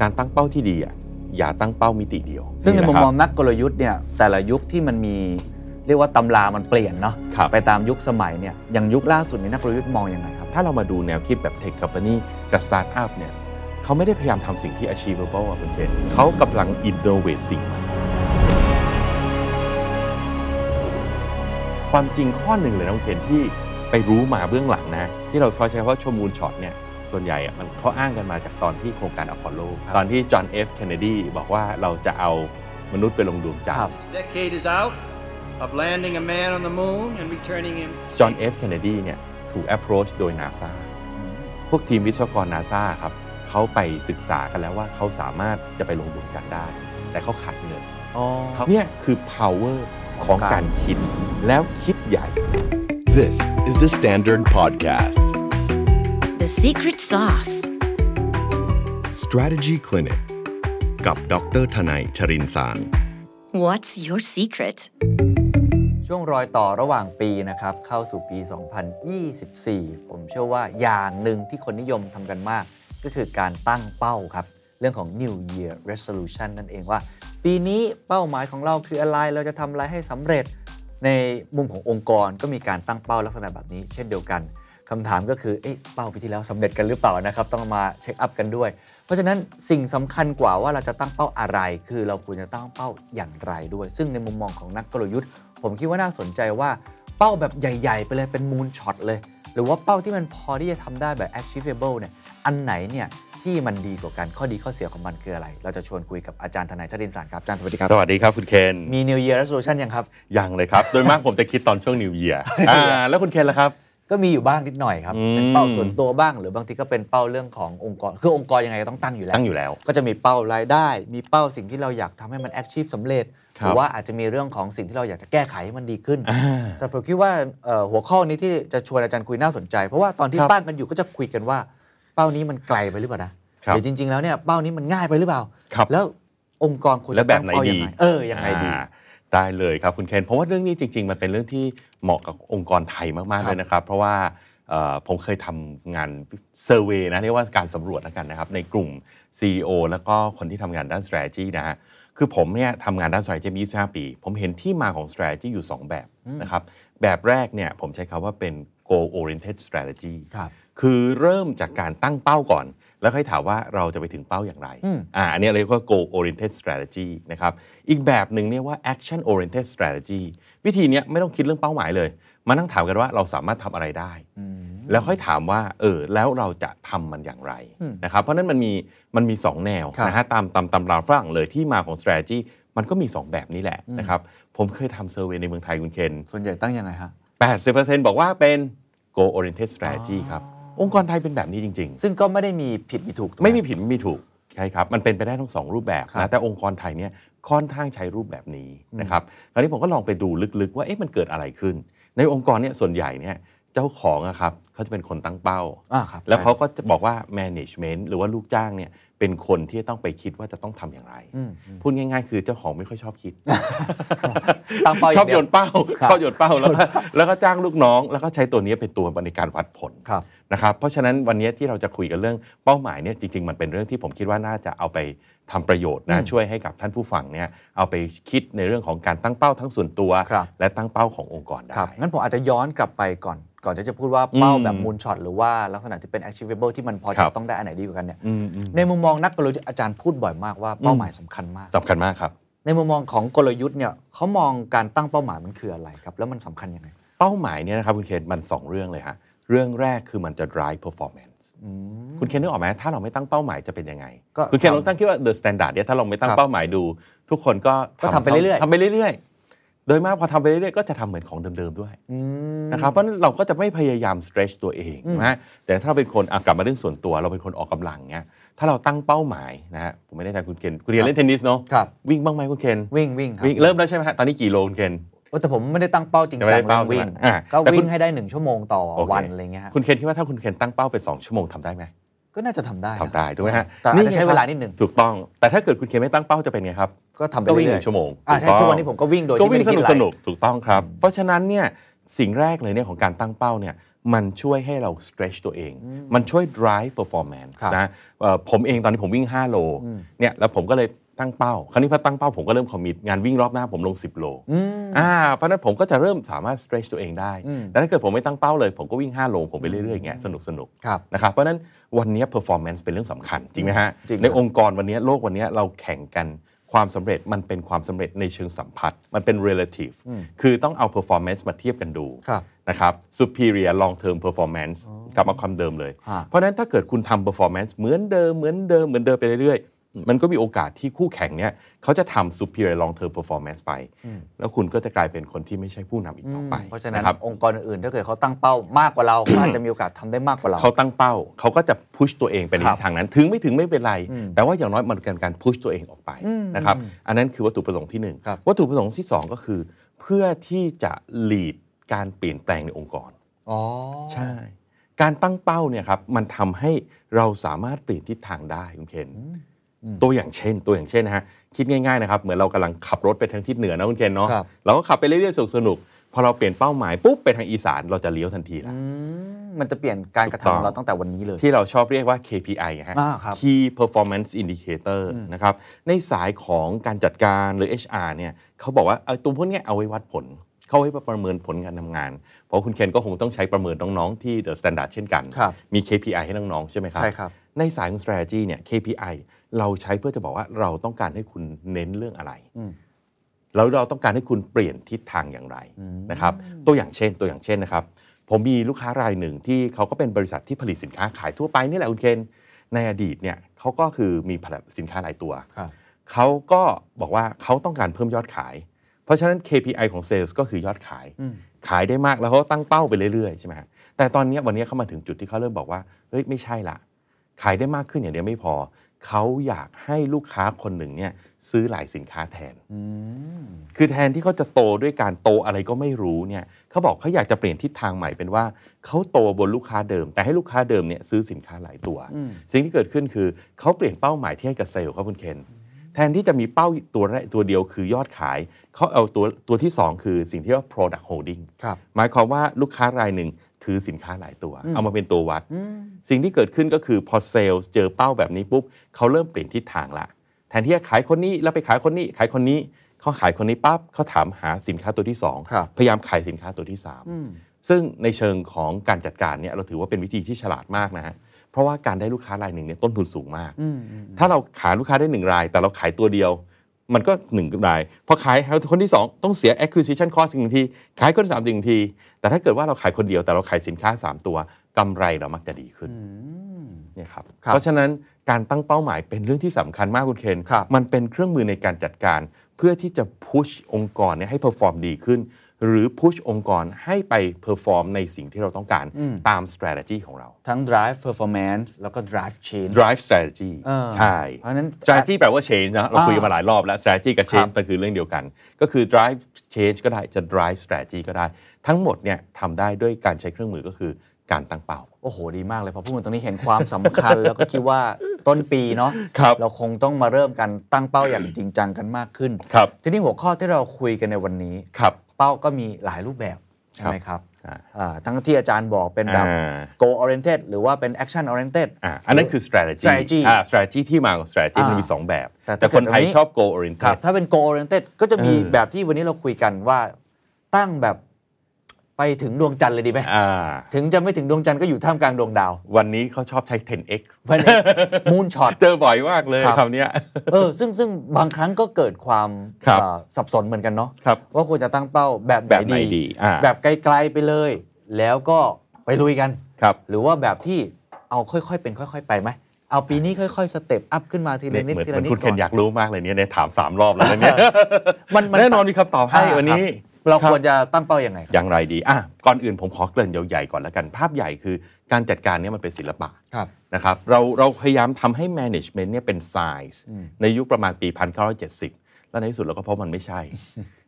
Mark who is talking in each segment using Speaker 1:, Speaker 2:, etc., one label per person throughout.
Speaker 1: การตั้งเป้าที่ดีอ่ะอย่าตั้งเป้ามิติเดียว
Speaker 2: ซึ่งในมุ
Speaker 1: ะ
Speaker 2: ม
Speaker 1: ครับ
Speaker 2: มองนักกลยุทธ์เนี่ยแต่ละยุคที่มันมีเรียกว่าตำรามันเปลี่ยนเนาะ
Speaker 1: ครับ
Speaker 2: ไปตามยุคสมัยเนี่ยอย่างยุคล่าสุดนี้นักกลยุทธ์มองยังไงครับ
Speaker 1: ถ้าเรามาดูแนวคิดแบบ Tech Company กับ Startup เนี่ยเขาไม่ได้พยายามทำสิ่งที่ achievable อะคุณเคนเขากำลัง innovate สิ่งใหม่ความจริงข้อหนึ่งเลยนะคุณเคนที่ไปรู้มาเบื้องหลังนะ ที่เราเขาใช้คำว่าชมูลช็อตเนี่ยส่วนใหญ่อะมันเขาอ้างกันมาจากตอนที่โครงการอพอลโล ตอนที่จอห์นเอฟเคนเนดีบอกว่าเราจะเอามนุษย์ไปลงดวงจันทร์
Speaker 3: This decade is out of landing a man on the moon and returning him.
Speaker 1: จอห์นเอฟเคนเนดีเนี่ยถูก approach โดยนาซา พวกทีมวิศวกรนาซาครับเขาไปศึกษากันแล้วว่าเขาสามารถจะไปลงดวงจันทร์ได้ แต่เขาขาดเงินเนี่ยคือ power ของการคิด แล้วคิดใหญ่
Speaker 4: This is the Standard Podcast.
Speaker 5: The secret sauce.
Speaker 4: Strategy Clinic กับดรทนายชรินสาร
Speaker 5: What's your secret?
Speaker 2: ช่วงรอยต่อระหว่างปีนะครับเข้าสู่ปี 2024 ผมเชื่อว่าอย่างหนึ่งที่คนนิยมทำกันมาก ก็คือการตั้งเป้าครับ เรื่องของ New Year Resolution นั่นเองว่า ปีนี้เป้าหมายของเราคืออะไรเราจะทำอะไรให้สำเร็จ ในมุมขององค์กรก็มีการตั้งเป้าลักษณะแบบนี้ เช่นเดียวกันคำถามก็คือเอ๊ะเป้าปีที่แล้วสำเร็จกันหรือเปล่านะครับ ต้องมาเช็คอัพกันด้วย เพราะฉะนั้นสิ่งสำคัญกว่าว่าเราจะตั้งเป้าอะไร คือเราควรจะตั้งเป้าอย่างไรด้วย ซึ่งในมุมมองของนักกลยุทธ์ ผมคิดว่าน่าสนใจว่าเป้าแบบใหญ่ ๆ ไปเลยเป็นมูลช็อตเลย หรือว่าเป้าที่มันพอที่จะทำได้แบบ achievable เนี่ยอันไหนเนี่ยที่มันดีกว่ากันข้อดีข้อเสียของมันคืออะไร เราจะชวนคุยกับอาจารย์ทนายชดินสารครับอาจารย์สวัสดีครับ
Speaker 1: สวัสดีครับคุณเคน
Speaker 2: มี New Year Resolution ยังครับ
Speaker 1: ยังเลยครับ โดยมากผมจะคิดตอนช่วงนิวเยียอ่าแล้วคุณเคนล่ะครับ
Speaker 2: ก็มีอยู่บ้างนิดหน่อยครับ
Speaker 1: อืม
Speaker 2: เป็นเป้าส่วนตัวบ้าง หรือบางทีก็เป็นเป้าเรื่องขององค์กร คือองค์กรยังไงก็ต้องตั้งอยู่แล้ว
Speaker 1: ตั้งอยู่แล้ว
Speaker 2: ก็จะมีเป้ารายได้ มีเป้าสิ่งที่เราอยากทำให้มันแอคชีพสำเร็จ
Speaker 1: ค
Speaker 2: ห
Speaker 1: รับ
Speaker 2: รือว่าอาจจะมีเรื่องของสิ่งที่เราอยากจะแก้ไขให้มันดีขึ้น
Speaker 1: อ่า
Speaker 2: แต่ผมคิดว่าเอ่อหัวข้อนี้ที่จะชวนอาจารย์คุยน่าสนใจ เพราะว่าตอนที่
Speaker 1: ครับ
Speaker 2: ตั้งกันอยู่ก็จะคุยกันว่า เป้านี้มันไกลไปหรือเปล่านะครับหรือจริง ๆ แล้วเนี่ยเป้านี้มันง่ายไปหรือเปล่า
Speaker 1: ครับ
Speaker 2: แล้วองค์กรควร
Speaker 1: แล้ว
Speaker 2: จะ
Speaker 1: แบ
Speaker 2: ตั้
Speaker 1: บ
Speaker 2: ง
Speaker 1: ไหน
Speaker 2: เป้ายั
Speaker 1: ดี
Speaker 2: งไงเออยังไงดี
Speaker 1: อ่าได้เลยครับคุณเคนเพราะว่าเรื่องนี้จริง ๆ มันเป็นเรื่องที่เหมาะกับองค์กรไทยมาก ๆ
Speaker 2: ครับ
Speaker 1: เลยนะครับ เพราะว่าเอ่อผมเคยทำงานเซอร์เวย์นะเรียกว่าการสำรวจแล้วกันนะครับ ในกลุ่ม CEO แล้วก็คนที่ทำงานด้าน strategy นะฮะคือผมเนี่ยทำงานด้าน strategy มา25 ปี ผมเห็นที่มาของ strategy อยู่ 2 แบบ
Speaker 2: อืม
Speaker 1: นะครับ แบบแรกเนี่ยผมใช้คำว่าเป็น goal oriented strategy
Speaker 2: ครับ
Speaker 1: คือเริ่มจากการตั้งเป้าก่อน แล้วค่อยถามว่าเราจะไปถึงเป้าอย่างไร
Speaker 2: อืม
Speaker 1: อ่าอันนี้เรียกว่า goal oriented strategy นะครับ อีกแบบหนึ่งเรียกว่า action oriented strategy วิธีเนี้ยไม่ต้องคิดเรื่องเป้าหมายเลย มานั่งถามกันว่าเราสามารถทำอะไรได้
Speaker 2: อืม
Speaker 1: แล้วค่อยถามว่าเออแล้วเราจะทำมันอย่างไร
Speaker 2: อืม
Speaker 1: นะครับเพราะฉะนั้นมันมีมันมี 2 แนว
Speaker 2: ครับ
Speaker 1: นะฮะตามตามตำราฝรั่งเลยที่มาของ strategy มันก็มี 2 แบบนี้แหละ
Speaker 2: อืม
Speaker 1: นะครับผมเคยทำเซอร์เวยในเมืองไทยคุณเคน
Speaker 2: ส่วนใหญ่ตั้งยังไงฮะ
Speaker 1: 80%บอกว่าเป็น goal oriented strategy ครับ องค์กรไทยเป็นแบบนี้จริง ๆ
Speaker 2: ซึ่งก็ไม่ได้มีผิดมีถูกถูกห
Speaker 1: ไม่มีผิดไม่มีถูกใช่ครับ มันเป็นไปได้ทั้งสองรูปแบบ
Speaker 2: ครั
Speaker 1: นะ
Speaker 2: บ
Speaker 1: แต่องค์กรไทยเนี่ยค่อนข้างใช้รูปแบบนี้นะครับคราวนี้ผมก็ลองไปดูลึกๆ ว่าเอ๊ะมันเกิดอะไรขึ้น ในองค์กรเนี่ยส่วนใหญ่เนี่ยเจ้าของอะครับเขาจะเป็นคนตั้งเป้า
Speaker 2: อ่าครับ
Speaker 1: แล้วเขาก็จะบอกว่า management หรือว่าลูกจ้างเนี่ยเป็นคนที่จะต้องไปคิดว่าจะต้องทำอย่างไร
Speaker 2: อืมอืม
Speaker 1: พูดง่ายๆ คือเจ้าของไม่ค่อยชอบคิด
Speaker 2: ตั้งเป้า
Speaker 1: ชอบ
Speaker 2: ย่างเดี
Speaker 1: โย
Speaker 2: ยวน
Speaker 1: เป้า
Speaker 2: ครับ
Speaker 1: ชอบโยนเป้า แล้วก็แล้วก็จ้างลูกน้อง แล้วก็ใช้ตัวนี้เป็นตัวในการวัดผล
Speaker 2: ครับ
Speaker 1: นะครับเพราะฉะนั้นวันนี้ที่เราจะคุยกันเรื่องเป้าหมายเนี่ยจริง ๆ มันเป็นเรื่องที่ผมคิดว่าน่าจะเอาไปทำประโยชน์นะช่วยให้กับท่านผู้ฟังเนี่ยเอาไปคิดในเรื่องของการตั้งเป้าทั้งส่วนตัว
Speaker 2: ครับ
Speaker 1: และตั้งเป้าขององค์กรได้
Speaker 2: ครับ งั้นผมอาจจะย้อนกลับไปก่อน ก่อนที่จะพูดว่าเป้า
Speaker 1: อืม
Speaker 2: แบบมูลช็อตหรือว่าลักษณะที่เป็น achievable ที่มันพอ
Speaker 1: ครั
Speaker 2: จะ
Speaker 1: บ
Speaker 2: ต้องได้อันไหนดีกว่ากันเนี่ย
Speaker 1: อืมอืม
Speaker 2: ในมุมมองนักกลยุทธ์อาจารย์พูดบ่อยมากว่าเป้าหมายสำคัญมาก
Speaker 1: สำคัญมากครับ
Speaker 2: ในมุมมองของกลยุทธ์เนี่ยเขามองการตั้งเป้าหมายมันคืออะไรครับ แล้วมันสำคัญยังไง
Speaker 1: เป้าหมายเนี่ยนะครับคุณเคนมัน 2 เรื่องเลยฮะเรื่องแรกคือมันจะ drive performance
Speaker 2: อืม
Speaker 1: คุณเคนนึกออกไหมถ้าเราไม่ตั้งเป้าหมายจะเป็นยังไง
Speaker 2: ก็
Speaker 1: คุณเคน
Speaker 2: ทำ
Speaker 1: ลองตั้งคิดว่า the standard เนี่ยถ้าเราไม่ตั้ง
Speaker 2: ครับ
Speaker 1: เป้าหมายดู ทุกคนก็
Speaker 2: ก็ทำไปเรื่อยๆ
Speaker 1: ทำไปเรื่อยๆ โดยมากพอทำไปเรื่อยๆ ก็จะทำเหมือนของเดิมๆด้วย
Speaker 2: อืม
Speaker 1: นะครับเพราะฉะนั้นเราก็จะไม่พยายาม stretch ตัวเอง
Speaker 2: อืม
Speaker 1: นะฮะแต่ถ้าเราเป็นคนอ่ะกลับมาเรื่องส่วนตัวเราเป็นคนออกกำลังเนี่ยถ้าเราตั้งเป้าหมายนะฮะผมไม่แน่ใจคุณเคนคุณเรียนเล่นเทนนิสเนาะ
Speaker 2: ครับ
Speaker 1: วิ่งบ้างไหมคุณเคน
Speaker 2: วิ่งวิ่งครับ
Speaker 1: วิ่งเริ่มแล้วใช่ไหมฮะตอนนี้กี่โลคุณเคน
Speaker 2: โอ้แต่ผมไม่ได้ตั้งเป้าจริง
Speaker 1: ยัง
Speaker 2: จั
Speaker 1: ไม่ได้
Speaker 2: ง
Speaker 1: เป้า
Speaker 2: วิ่ง
Speaker 1: ใช่ไหมอ่ะ
Speaker 2: ก็
Speaker 1: แต่คุณ
Speaker 2: วิ่งให้ได้หนึ่งชั่วโมงต่อ
Speaker 1: โอเค
Speaker 2: วันอะไรเงี้ยฮะ
Speaker 1: คุณเคนคิดว่าถ้าคุณเคนตั้งเป้าไปสองชั่วโมงทำได้ไหม
Speaker 2: ก็น่าจะทำได้นะ
Speaker 1: ทำได้ถูกไหมฮะ
Speaker 2: แต่อาจจะ
Speaker 1: ไงค
Speaker 2: ใช้
Speaker 1: รับ
Speaker 2: เวลานิดหนึ่ง
Speaker 1: ถูกต้อง แต่ถ้าเกิดคุณเคนไม่ตั้งเป้าจะเป็นไงครับ
Speaker 2: ก็ทำไป
Speaker 1: ก็
Speaker 2: เรื่
Speaker 1: วิ่งห
Speaker 2: อ
Speaker 1: นึ่
Speaker 2: ย
Speaker 1: งชั่วโมง
Speaker 2: อ่าใช่
Speaker 1: ถูต้
Speaker 2: ทุ
Speaker 1: อก ง
Speaker 2: วันนี้ผมก็วิ่งโดย
Speaker 1: ก็
Speaker 2: ที่ไม่
Speaker 1: วิ่งสนุก
Speaker 2: ได้คิดอะไร
Speaker 1: สนุกถูกต้องครับ เพราะฉะนั้นเนี่ยสิ่งแรกเลยเนี่ยของการตั้งเป้าเนี่ย มันช่วยให้เรา stretch ตัวเอง มันช่วย drive performance นะเอ่อผมเองตอนนี้ผมวิ่ง 5 โลเนี่ยแล้วผมก็เลยตั้งเป้า คราวนี้พอตั้งเป้าผมก็เริ่มคอมมิตงานวิ่งรอบหน้าผมลง 10 โลอ่าเพราะฉะนั้นผมก็จะเริ่มสามารถ stretch ตัวเองได้แต่ถ้าเกิดผมไม่ตั้งเป้าเลย ผมก็วิ่ง 5 โลผมไปเรื่อยๆอย่างเงี้ยสนุกสนุกๆ
Speaker 2: ครับ
Speaker 1: นะครับเพราะฉะนั้นวันนี้ performance เป็นเรื่องสำคัญจริงไหมฮะ
Speaker 2: จริงครับ
Speaker 1: ในองค์กรวันนี้โลกวันนี้เราแข่งกันความสำเร็จมันเป็นความสำเร็จในเชิงสัมผัสมันเป็น relative คือต้องเอา performance มาเทียบกันดู
Speaker 2: ครับ
Speaker 1: นะครับ superior long term performance กลับมาความเดิมเลย
Speaker 2: ฮะ
Speaker 1: เพราะฉะนั้นถ้าเกิดคุณทำ performance เหมือนเดิมเหมือนเดิมเหมือนเดิมไปเรื่อยๆ มันก็มีโอกาสที่คู่แข่งเนี่ยเขาจะทำ superior long term performance ไป แล้วคุณก็จะกลายเป็นคนที่ไม่ใช่ผู้นำอีกต่อไป
Speaker 2: เพราะฉะนั้น
Speaker 1: ครับ
Speaker 2: องค์กรอื่นๆถ้าเกิดเขาตั้งเป้ามากกว่าเรา ก็อาจจะมีโอกาสทำได้มากกว่าเรา
Speaker 1: เขาตั้งเป้าเขาก็จะพุชตัวเองไปใน
Speaker 2: ครับ
Speaker 1: ทิศทางนั้น ถึงไม่ถึงไม่เป็นไร แต่ว่าอย่างน้อยมันเป็นการพุชตัวเองออกไปนะครับอันนั้นคือวัตถุประสงค์ที่หนึ่ง
Speaker 2: ครับ
Speaker 1: วัตถุประสงค์ที่สองก็คือ เพื่อที่จะ lead การเปลี่ยนแปลงในองค์กร ใช่ การตั้งเป้าเนี่ยครับมันทำให้เราสามารถเปลี่ยนทิศทางได้คุณเคนตัวอย่างเช่น ตัวอย่างเช่นนะฮะคิดง่ายๆนะครับเหมือนเรากำลังขับรถไปทางทิศเหนือนะคุณเคนเนาะ
Speaker 2: ครับ
Speaker 1: เราก็ขับไปเรื่อยๆสนุกสนุกๆพอเราเปลี่ยนเป้าหมายปุ๊บไปทางอีสานเราจะเลี้ยวทันทีละ
Speaker 2: มันจะเปลี่ยนการกระทำของเรา
Speaker 1: ถูกต้อง
Speaker 2: ตั้งแต่วันนี้เลย
Speaker 1: ที่เราชอบเรียกว่า KPI นะฮะ
Speaker 2: อ่าครับ
Speaker 1: Key Performance Indicator นะครับ ในสายของการจัดการหรือ HR เนี่ยเขาบอกว่าเอาตัวพวกเนี้ยเอาไว้วัดผล เขาไว้ประเมินผลการทำงาน เพราะคุณเคนก็คงต้องใช้ประเมินน้อง ๆ ที่ The Standard เช่นกัน
Speaker 2: ครับ
Speaker 1: มี KPI ให้น้อง ๆ ใช่ไหมครับ
Speaker 2: ใช่ครับ
Speaker 1: ในสายของ strategy เนี่ย KPI เราใช้เพื่อจะบอกว่าเราต้องการให้คุณเน้นเรื่องอะไร แล้วเราต้องการให้คุณเปลี่ยนทิศทางอย่างไรนะครับตัวอย่างเช่นตัวอย่างเช่นนะครับ ผมมีลูกค้ารายหนึ่งที่เขาก็เป็นบริษัทที่ผลิตสินค้าขายทั่วไปนี่แหละคุณเคนในอดีตเนี่ยเขาก็คือมีผลิตสินค้าหลายตัว
Speaker 2: ครับ
Speaker 1: เขาก็บอกว่าเขาต้องการเพิ่มยอดขาย เพราะฉะนั้น KPI ของเซล e ์ก็คือยอดขาย ขายได้มากแล้วเขาก็ตั้งเป้าไปเรื่อยๆใช่ไหมฮะแต่ตอนเนี้ยวันเนี้ยเขามาถึงจุดที่เขาเริ่มบอกว่าเฮ้ยไม่ใช่ละขายได้มากขึ้นอย่างเดียวไม่พอ เขาอยากให้ลูกค้าคนหนึ่งเนี่ยซื้อหลายสินค้าแทน คือแทนที่เขาจะโตด้วยการโตอะไรก็ไม่รู้เนี่ยเขาบอกเขาอยากจะเปลี่ยนทิศทางใหม่เป็นว่าเขาโตบนลูกค้าเดิม แต่ให้ลูกค้าเดิมเนี่ยซื้อสินค้าหลายตัว สิ่งที่เกิดขึ้นคือเขาเปลี่ยนเป้าหมายที่ให้กับเซลล์ครับคุณเคน แทนที่จะมีเป้าตัวแรกตัวเดียวคือยอดขาย เขาเอาตัวตัวที่ 2 คือสิ่งที่เรียกว่า product holding
Speaker 2: ครับ
Speaker 1: หมายความว่าลูกค้ารายหนึ่งถือสินค้าหลายตัว เอามาเป็นตัววัด สิ่งที่เกิดขึ้นก็คือพอเซลล์เจอเป้าแบบนี้ปุ๊บเขาเริ่มเปลี่ยนทิศทางละ แทนที่จะขายคนนี้แล้วไปขายคนนี้ขายคนนี้เขาขายคนนี้ปั๊บเขาถามหาสินค้าตัวที่สอง
Speaker 2: ครับ
Speaker 1: พยายามขายสินค้าตัวที่สามซึ่งในเชิงของการจัดการเนี่ยเราถือว่าเป็นวิธีที่ฉลาดมากนะฮะเพราะว่าการได้ลูกค้ารายหนึ่งเนี่ยต้นทุนสูงมาก ถ้าเราขายลูกค้าได้หนึ่งราย แต่เราขายตัวเดียว มันก็หนึ่งรายพอขายคนที่สองต้องเสีย acquisition cost อีกหนึ่งที ขายคนที่สามอีกหนึ่งที แต่ถ้าเกิดว่าเราขายคนเดียวแต่เราขายสินค้า 3 ตัวกำไรเรามักจะดีขึ้นเนี่ยครับ
Speaker 2: ครับ
Speaker 1: เพราะฉะนั้นการตั้งเป้าหมายเป็นเรื่องที่สำคัญมากคุณเคน
Speaker 2: ครับ
Speaker 1: มันเป็นเครื่องมือในการจัดการ เพื่อที่จะ push องค์กรเนี่ยให้ perform ดีขึ้น หรือ push องค์กรให้ไป perform ในสิ่งที่เราต้องการตาม strategy ของเรา
Speaker 2: ทั้ง drive performance แล้วก็ drive change
Speaker 1: drive strategy
Speaker 2: เออ
Speaker 1: ใช่
Speaker 2: เพราะฉะนั้น
Speaker 1: strategy แปลว่า change นะ เรา
Speaker 2: อ่า
Speaker 1: คุยกันมาหลายรอบแล้ว strategy กับ
Speaker 2: ครับ
Speaker 1: change มันคือเรื่องเดียวกัน ก็คือ drive change ก็ได้จะ drive strategy ก็ได้ ทั้งหมดเนี่ยทำได้ด้วยการใช้เครื่องมือก็คือการตั้งเป้า
Speaker 2: โอ้โห ดีมากเลยพอพูดถึงตรงนี้เห็นความสำคัญ แล้วก็คิดว่าต้นปีเนาะ
Speaker 1: ครับ
Speaker 2: เราคงต้องมาเริ่มกันตั้งเป้าอย่างจริงจังกันมากขึ้น
Speaker 1: ครับ
Speaker 2: ทีนี้หัวข้อที่เราคุยกันในวันนี้
Speaker 1: ครับ
Speaker 2: เป้าก็มีหลายรูปแบบใช่ไหมครับ
Speaker 1: อ่า
Speaker 2: อ่าทั้งที่อาจารย์บอกเป็นแบบ
Speaker 1: อ่า
Speaker 2: goal oriented หรือว่าเป็น action oriented
Speaker 1: อ่ะอันนั้นคือ strategy
Speaker 2: strategy
Speaker 1: อ่า strategy ที่มาของ strategy
Speaker 2: อ่ามั
Speaker 1: มันมี 2 แบบ
Speaker 2: แต่
Speaker 1: แต่คนไทย
Speaker 2: แต่คนนี้
Speaker 1: ชอบ goal
Speaker 2: ครับ
Speaker 1: oriented
Speaker 2: ถ้าเป็น goal oriented ก็จะมี
Speaker 1: เออ
Speaker 2: แบบที่วันนี้เราคุยกันว่าตั้งแบบไปถึงดวงจันทร์เลยดีไหม
Speaker 1: อ่า
Speaker 2: ถึงจะไม่ถึงดวงจันทร์ก็อยู่ท่ามกลางดวงดาว
Speaker 1: วันนี้เขาชอบใช้ 10x
Speaker 2: เพราะมูนช็อต
Speaker 1: เจอบ่อยมากเลย
Speaker 2: ครับ
Speaker 1: คำเนี้ย
Speaker 2: เออซึ่งซึ่งบางครั้งก็เกิดความ
Speaker 1: ครับ
Speaker 2: เอ่อสับสนเหมือนกันเนาะ
Speaker 1: ครับ
Speaker 2: ว่าควรจะตั้งเป้าแบบ
Speaker 1: แบบไหนดีอ่า
Speaker 2: แบบไกลๆไปเลย แล้วก็ไปลุยกัน
Speaker 1: ครับ
Speaker 2: หรือว่าแบบที่เอาค่อยๆ เป็นค่อย ๆ ไปไหมเอาปีนี้ค่อยๆ สเต็ปอัพขึ้นมาทีละ
Speaker 1: เนี่ย
Speaker 2: นิด
Speaker 1: เหมือน
Speaker 2: ที
Speaker 1: เหมือน
Speaker 2: ละนิด
Speaker 1: คุณเคน
Speaker 2: ก่
Speaker 1: อยากรู้มากเลยเนี่ยเนี่ยถามสามรอบแล้วนะเนี่ย
Speaker 2: มันมัน
Speaker 1: แน่นอนมีคำตอบให้
Speaker 2: า
Speaker 1: วันนี้
Speaker 2: ครับเรา
Speaker 1: ครับ
Speaker 2: ควรจะตั้งเป้าอย่างไงครับ
Speaker 1: อย่างไรดี อ่ะ ก่อนอื่นผมขอเกริ่นยาวใหญ่ก่อนละกัน ภาพใหญ่คือการจัดการเนี่ยมันเป็นศิลปะ
Speaker 2: ครับ
Speaker 1: นะครับ เราเราพยายามทำให้ management เนี่ยเป็น science ในยุคประมาณปี 1970 แล้วในที่สุดเราก็พบมันไม่ใช่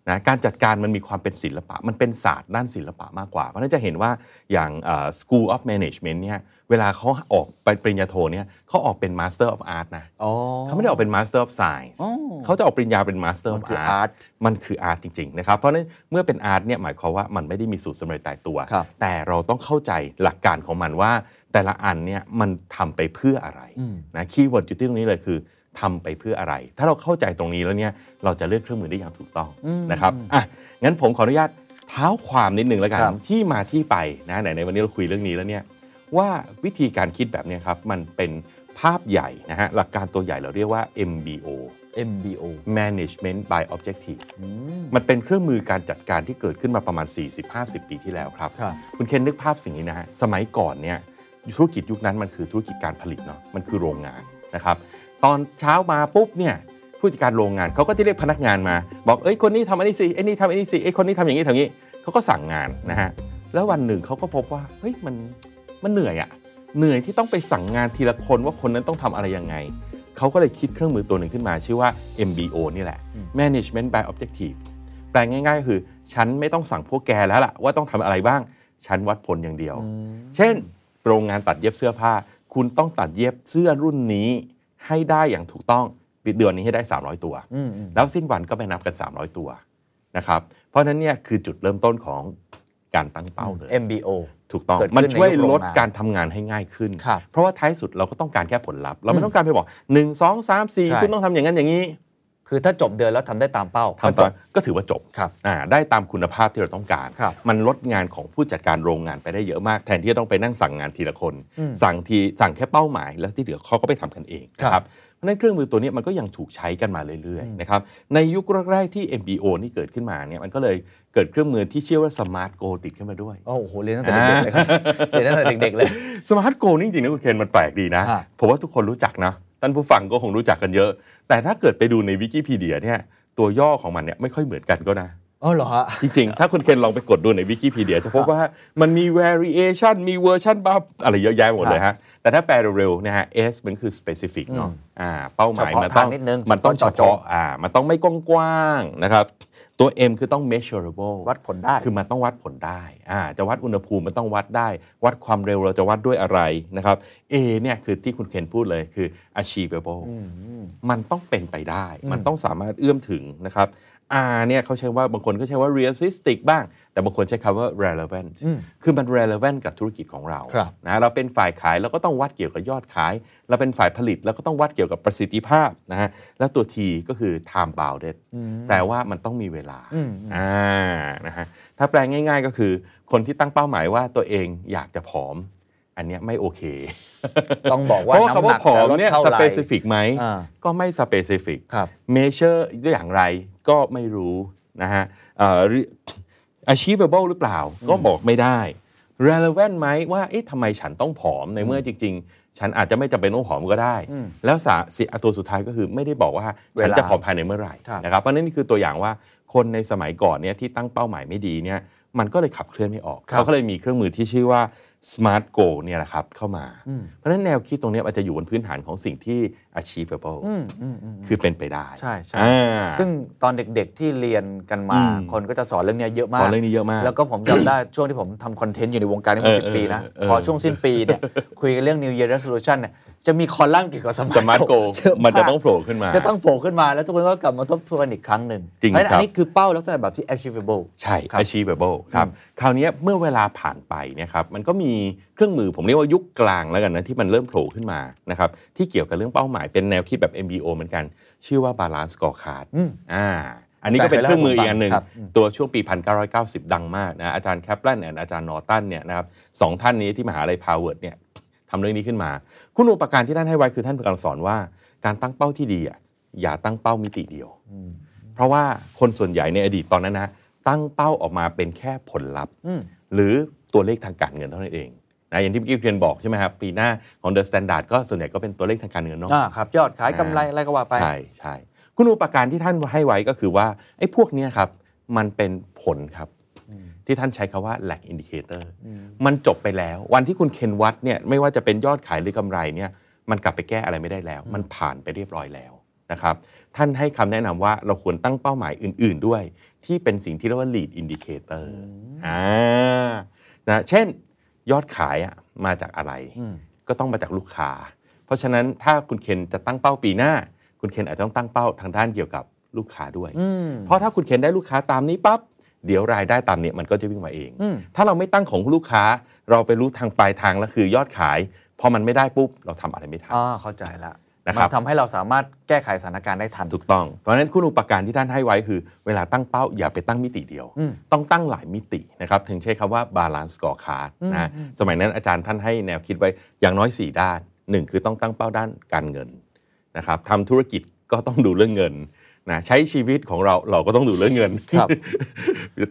Speaker 1: นะการจัดการมันมีความเป็นศิลปะ มันเป็นศาสตร์ด้านศิลปะมากกว่า เพราะฉะนั้นจะเห็นว่าอย่าง เอ่อ School of Management เนี่ยเวลาเขาออกไปปริญญาโทเนี่ยเขาออกเป็น Master of Art นะ
Speaker 2: อ๋อ
Speaker 1: เขาไม่ได้ออกเป็น Master of Science
Speaker 2: อ๋อ
Speaker 1: เขาจะออกปริญญาเป็น Master of
Speaker 2: มันคือ
Speaker 1: Art
Speaker 2: art
Speaker 1: มันคืออาร์ตจริง ๆ นะครับ เพราะฉะนั้นเมื่อเป็นอาร์ตเนี่ยหมายความว่ามันไม่ได้มีสูตรสำเร็จตายตัว
Speaker 2: ครับ
Speaker 1: แต่เราต้องเข้าใจหลักการของมันว่า แต่ละอันเนี่ยมันทำไปเพื่ออะไร
Speaker 2: อืม
Speaker 1: นะคีย์เวิร์ดอยู่ที่ตรงนี้เลยคือทำไปเพื่ออะไร ถ้าเราเข้าใจตรงนี้แล้วเนี่ยเราจะเลือกเครื่องมือได้อย่างถูกต้องนะครับอ่ะงั้นผมขออนุญาตเท้าความนิดนึงแล้วกัน
Speaker 2: ครับ
Speaker 1: ที่มาที่ไปนะไหนในวันนี้เราคุยเรื่องนี้แล้วเนี่ยว่าวิธีการคิดแบบเนี้ยครับมันเป็นภาพใหญ่นะฮะหลักการตัวใหญ่เราเรียกว่า MBO
Speaker 2: MBO
Speaker 1: Management by Objective
Speaker 2: อืม
Speaker 1: มันเป็นเครื่องมือการจัดการที่เกิดขึ้นมาประมาณ 40-50 ปีที่แล้วครับ
Speaker 2: ครับ
Speaker 1: คุณเคนนึกภาพสิ่งนี้นะฮะ สมัยก่อนเนี่ยธุรกิจยุคนั้นมันคือธุรกิจการผลิตเนาะ มันคือโรงงานนะครับ ตอนเช้ามาปุ๊บเนี่ยผู้จัดการโรงงานเขาก็จะเรียกพนักงานมา บอกเอ้ยคนนี้ทำอันนี้สิไอ้นี่ทำอันนี้สิไอ้คนนี้ทำอย่างนี้ทำอย่างนี้เขาก็สั่งงานนะฮะ แล้ววันหนึ่งเขาก็พบว่าเฮ้ยมันมันเหนื่อยอะเหนื่อยที่ต้องไปสั่งงานทีละคนว่าคนนั้นต้องทำอะไรยังไง เขาก็เลยคิดเครื่องมือตัวหนึ่งขึ้นมา ชื่อว่า MBO นี่แหละ
Speaker 2: อืม
Speaker 1: Management by Objective แปลง่ายๆก็คือ ฉันไม่ต้องสั่งพวกแกแล้วล่ะ ว่าต้องทำอะไรบ้าง ฉันวัดผลอย่างเดียว เช่น โรงงานตัดเย็บเสื้อผ้า คุณต้องตัดเย็บเสื้อรุ่นนี้ให้ได้อย่างถูกต้องปิดเดือนนี้ให้ได้ 300 ตัว
Speaker 2: อืมอืม
Speaker 1: แล้วสิ้นวันก็ไปนับกัน 300 ตัวนะครับเพราะฉะนั้นเนี่ยคือจุดเริ่มต้นของการตั้งเป้าเลย
Speaker 2: MBO
Speaker 1: ถูกต้อง
Speaker 2: เกิดขึ้น
Speaker 1: มันช่วย
Speaker 2: ในยุคโรงงาน
Speaker 1: ลดการทำงานให้ง่ายขึ้น
Speaker 2: ครับ
Speaker 1: เพราะว่าท้ายสุดเราก็ต้องการแค่ผลลัพธ์ เรา
Speaker 2: อื
Speaker 1: ไม่
Speaker 2: ม
Speaker 1: ต้องการไปบอก 1 2 3
Speaker 2: ใช่
Speaker 1: 4 คุณต้องทำอย่างนั้นอย่างนี้
Speaker 2: คือถ้าจบเดือนแล้วทำได้ตามเป้า
Speaker 1: ทำ
Speaker 2: ก็จ
Speaker 1: ตาม
Speaker 2: บ
Speaker 1: ก็ถือว่าจบ
Speaker 2: ครับ
Speaker 1: อ่าได้ตามคุณภาพที่เราต้องการ
Speaker 2: ครับ
Speaker 1: มันลดงานของผู้จัดการโรงงานไปได้เยอะมาก แทนที่จะต้องไปนั่งสั่งงานทีละคน
Speaker 2: อืม
Speaker 1: สั่งทีสั่งแค่เป้าหมาย แล้วที่เหลือเขาก็ไปทำกันเอง
Speaker 2: ครับ
Speaker 1: นะครับเพราะฉะนั้นเครื่องมือตัวนี้มันก็ยังถูกใช้กันมาเรื่อยๆนะครับในยุคแรกๆที่ MBO นี่เกิดขึ้นมาเนี่ยมันก็เลยเกิดเครื่องมือที่ชื่อว่า Smart Go ติดขึ้นมาด้วย
Speaker 2: โอ้โหเรียนตั้งแต่เด็กๆเลยครับเรียนตั้งแต่เด็กๆเลย
Speaker 1: สมาร์ทโกลนี่จริงๆนะคุณเคนมันแปลกดีนะ
Speaker 2: ฮะ
Speaker 1: ผมว่าทุกคนรู้จักนะท่านผู้ฟังก็คงรู้จักกันเยอะ แต่ถ้าเกิดไปดูในวิกิพีเดียเนี่ยตัวย่อของมันเนี่ยไม่ค่อยเหมือนกันก็นะ
Speaker 2: อ๋อเหรอฮะ
Speaker 1: จริงๆ ถ้าคุณเคนลองไปกดดูในวิกิพีเดียจะพบว่ามันมี variation มี version บับอะไรเยอะแยะหมดเลยฮะ แต่ถ้าแปลเร็วๆนะฮะ S มันคือ specific เนาะอ่าเป้าหมาย
Speaker 2: เฉพาะ
Speaker 1: มันต้อ
Speaker 2: ทางนิดนึง
Speaker 1: มันต้อง
Speaker 2: เฉ
Speaker 1: เฉ
Speaker 2: พาะเจาะจ
Speaker 1: พาะ
Speaker 2: ง
Speaker 1: อ่ามันต้องไม่กว้างๆนะครับตัว M คือต้อง measurable
Speaker 2: วัดผลได้
Speaker 1: คือมันต้องวัดผลได้อ่าจะวัดอุณหภูมิมันต้องวัดได้ วัดความเร็วเราจะวัดด้วยอะไรนะครับ A เนี่ยคือที่คุณเคนพูดเลยคือ achievable มันต้องเป็นไปได้ มันต้องสามารถเอื้อมถึงนะครับ R เนี่ยเขาใช้ว่าบางคนก็ใช้ว่า realistic บ้าง แต่บางคนใช้คำว่า relevant คือมัน relevant กับธุรกิจของเรา
Speaker 2: ครับ
Speaker 1: นะเราเป็นฝ่ายขายเราก็ต้องวัดเกี่ยวกับยอดขาย เราเป็นฝ่ายผลิตเราก็ต้องวัดเกี่ยวกับประสิทธิภาพนะฮะแล้วตัว T ก็คือ time bounded แปลว่ามันต้องมีเวลาอ่านะฮะถ้าแปลง่ายๆก็คือ คนที่ตั้งเป้าหมายว่าตัวเองอยากจะผอม อันเนี้ยไม่โอเค
Speaker 2: ต้องบอกว่า
Speaker 1: เพราะว่า
Speaker 2: น้ำ
Speaker 1: คำ
Speaker 2: ห
Speaker 1: ว่า
Speaker 2: นัก
Speaker 1: ผอ
Speaker 2: จะ
Speaker 1: ม
Speaker 2: ลด
Speaker 1: เนี่ย
Speaker 2: เท่า
Speaker 1: ส
Speaker 2: ไหร่
Speaker 1: เปซิฟิกไหม
Speaker 2: อ่า
Speaker 1: ก็ไม่สเปซิฟิก
Speaker 2: ครับ
Speaker 1: เมเชอร์ด้วยอย่างไรก็ไม่รู้นะฮะเอ่อ re- achievable หรือเปล่าก็บอกไม่ได้ relevant ไหมว่าเอ๊ะทำไมฉันต้องผอมในเมื่อจริง ๆ ฉันอาจจะไม่จำเป็นต้องผอมก็ได้ แล้วสาสิตัวสุดท้ายก็คือไม่ได้บอกว่าฉัน
Speaker 2: เวลา
Speaker 1: จะผอมภายในเมื่อไหร่
Speaker 2: ครับ
Speaker 1: นะครับเพราะนั่นนี่คือตัวอย่างว่าคนในสมัยก่อนเนี่ยที่ตั้งเป้าหมายไม่ดีเนี่ยมันก็เลยขับเคลื่อนไม่ออกเขาก็เลยมีเครื่องมือที่ชื่อว่า smart goal เนี่ยแหละครับเข้ามา เพราะฉะนั้นแนวคิดตรงเนี้ยมันจะอยู่บนพื้นฐานของสิ่งที่ achievable
Speaker 2: อืมอืมอืม
Speaker 1: คือเป็นไปได้
Speaker 2: ใช่ใช่
Speaker 1: อ่า
Speaker 2: ซึ่งตอนเด็กๆที่เรียนกันมา
Speaker 1: อืม
Speaker 2: คนก็จะสอนเรื่องเนี้ยเยอะมาก
Speaker 1: สอนเรื่องนี้เยอะมาก
Speaker 2: แล้วก็ผมจำได้ ช่วงที่ผมทำคอนเทนต์อยู่ในวงการนี้มา
Speaker 1: เออ
Speaker 2: สิบปีนะ
Speaker 1: เออเออ
Speaker 2: พอช่วงสิ้นปี เนี่ย คุยกันเรื่อง New Year Resolution เนี่ยจะมีคอลัมน์เกี่ยวกับส
Speaker 1: ส
Speaker 2: มา
Speaker 1: มา
Speaker 2: ร์
Speaker 1: ร์
Speaker 2: ท
Speaker 1: ท
Speaker 2: โก
Speaker 1: โก
Speaker 2: ล
Speaker 1: มันจะต้องโผล่ขึ้นมา
Speaker 2: จะต้องโผล่ขึ้นมาแล้วทุกคนก็กลับมาทบทวนอีกครั้งหนึ่ง
Speaker 1: จริง
Speaker 2: เพาะฉะนั้น
Speaker 1: ครับ
Speaker 2: อันนี้คือเป้าลักษณะแบบที่ achievable
Speaker 1: ใช่
Speaker 2: ครับ
Speaker 1: achievable ครับ คราวเนี้ยเมื่อเวลาผ่านไปเนี่ยครับ มันก็มีเครื่องมือผมเรียกว่ายุคกลางแล้วกันนะ ที่มันเริ่มโผล่ขึ้นมานะครับ ที่เกี่ยวกับเรื่องเป้าหมายเป็นแนวคิดแบบ MBO เหมือนกัน ชื่อว่า balance scorecard
Speaker 2: อืม
Speaker 1: อ่า อันนี้ก็เป็นเครื่องมืออีกอันหนึ่ง
Speaker 2: ครับ
Speaker 1: ตัวช่วงปี 1990 ดังมากนะ อาจารย์แคปแลนอาจารย์นอร์ตันเนี่ยนะครับสองท่านนี้ที่มหาลัยพาเวิร์ดเนี่ยทำเรื่องนี้ขึ้นมา คุณอุปการที่ท่านให้ไว้คือท่านกำลังสอนว่า การตั้งเป้าที่ดีอ่ะอย่าตั้งเป้ามิติเดียว เพราะว่าคนส่วนใหญ่ในอดีตตอนนั้นนะตั้งเป้าออกมาเป็นแค่ผลลัพธ์
Speaker 2: อืม
Speaker 1: หรือตัวเลขทางการเงินเท่านั้นเองนะอย่างที่พี่อกี้เรียนบอกใช่ไหมครับปีหน้าของ The Standard ก็ส่วนใหญ่ก็เป็นตัวเลขทางการเงินเนาะ
Speaker 2: อ่าครับยอดขายกำไรอะไรก็ว่าไป
Speaker 1: ใช่ใช่คุณอุปการที่ท่านให้ไว้ก็คือว่าไอ้พวกเนี้ยครับมันเป็นผลครับ ที่ท่านใช้คำว่า lag indicator มันจบไปแล้ว วันที่คุณเคนวัดเนี่ยไม่ว่าจะเป็นยอดขายหรือกำไรเนี่ยมันกลับไปแก้อะไรไม่ได้แล้ว มันผ่านไปเรียบร้อยแล้ว นะครับ ท่านให้คำแนะนำว่าเราควรตั้งเป้าหมายอื่น ๆ ด้วย ที่เป็นสิ่งที่เรียกว่า lead indicator อ่านะเช่นยอดขายอะมาจากอะไร
Speaker 2: อืม
Speaker 1: ก็ต้องมาจากลูกค้า เพราะฉะนั้นถ้าคุณเคนจะตั้งเป้าปีหน้า คุณเคนอาจจะต้องตั้งเป้าทางด้านเกี่ยวกับลูกค้าด้วย
Speaker 2: อืม
Speaker 1: เพราะถ้าคุณเคนได้ลูกค้าตามนี้ปั๊บเดี๋ยวรายได้ตามเนี้ยมันก็จะวิ่งมาเอง
Speaker 2: อืม
Speaker 1: ถ้าเราไม่ตั้งของลูกค้า เราไปรู้ทางปลายทางแล้วคือยอดขาย พอมันไม่ได้ปุ๊บเราทำอะไรไม่ทัน
Speaker 2: อ่าเข้าใจละ
Speaker 1: นะครับ
Speaker 2: มัทำให้เราสามารถแก้ไขสถานการณ์ได้ทัน
Speaker 1: ถูกต้อง เพราะฉะนั้นคุณอุปการที่ท่านให้ไว้คือ เวลาตั้งเป้าอย่าไปตั้งมิติเดียว
Speaker 2: อืม
Speaker 1: ต้องตั้งหลายมิตินะครับถึงใช้คำว่า balance scorecard นะฮะสมัยนั้นอาจารย์ท่านให้แนวคิดไว้อย่างน้อย 4 ด้าน 1 คือต้องตั้งเป้าด้านการเงินนะครับทำธุรกิจก็ต้องดูเรื่องเงินนะใช้ชีวิตของเราเราก็ต้องดูเรื่องเงิน
Speaker 2: ครับ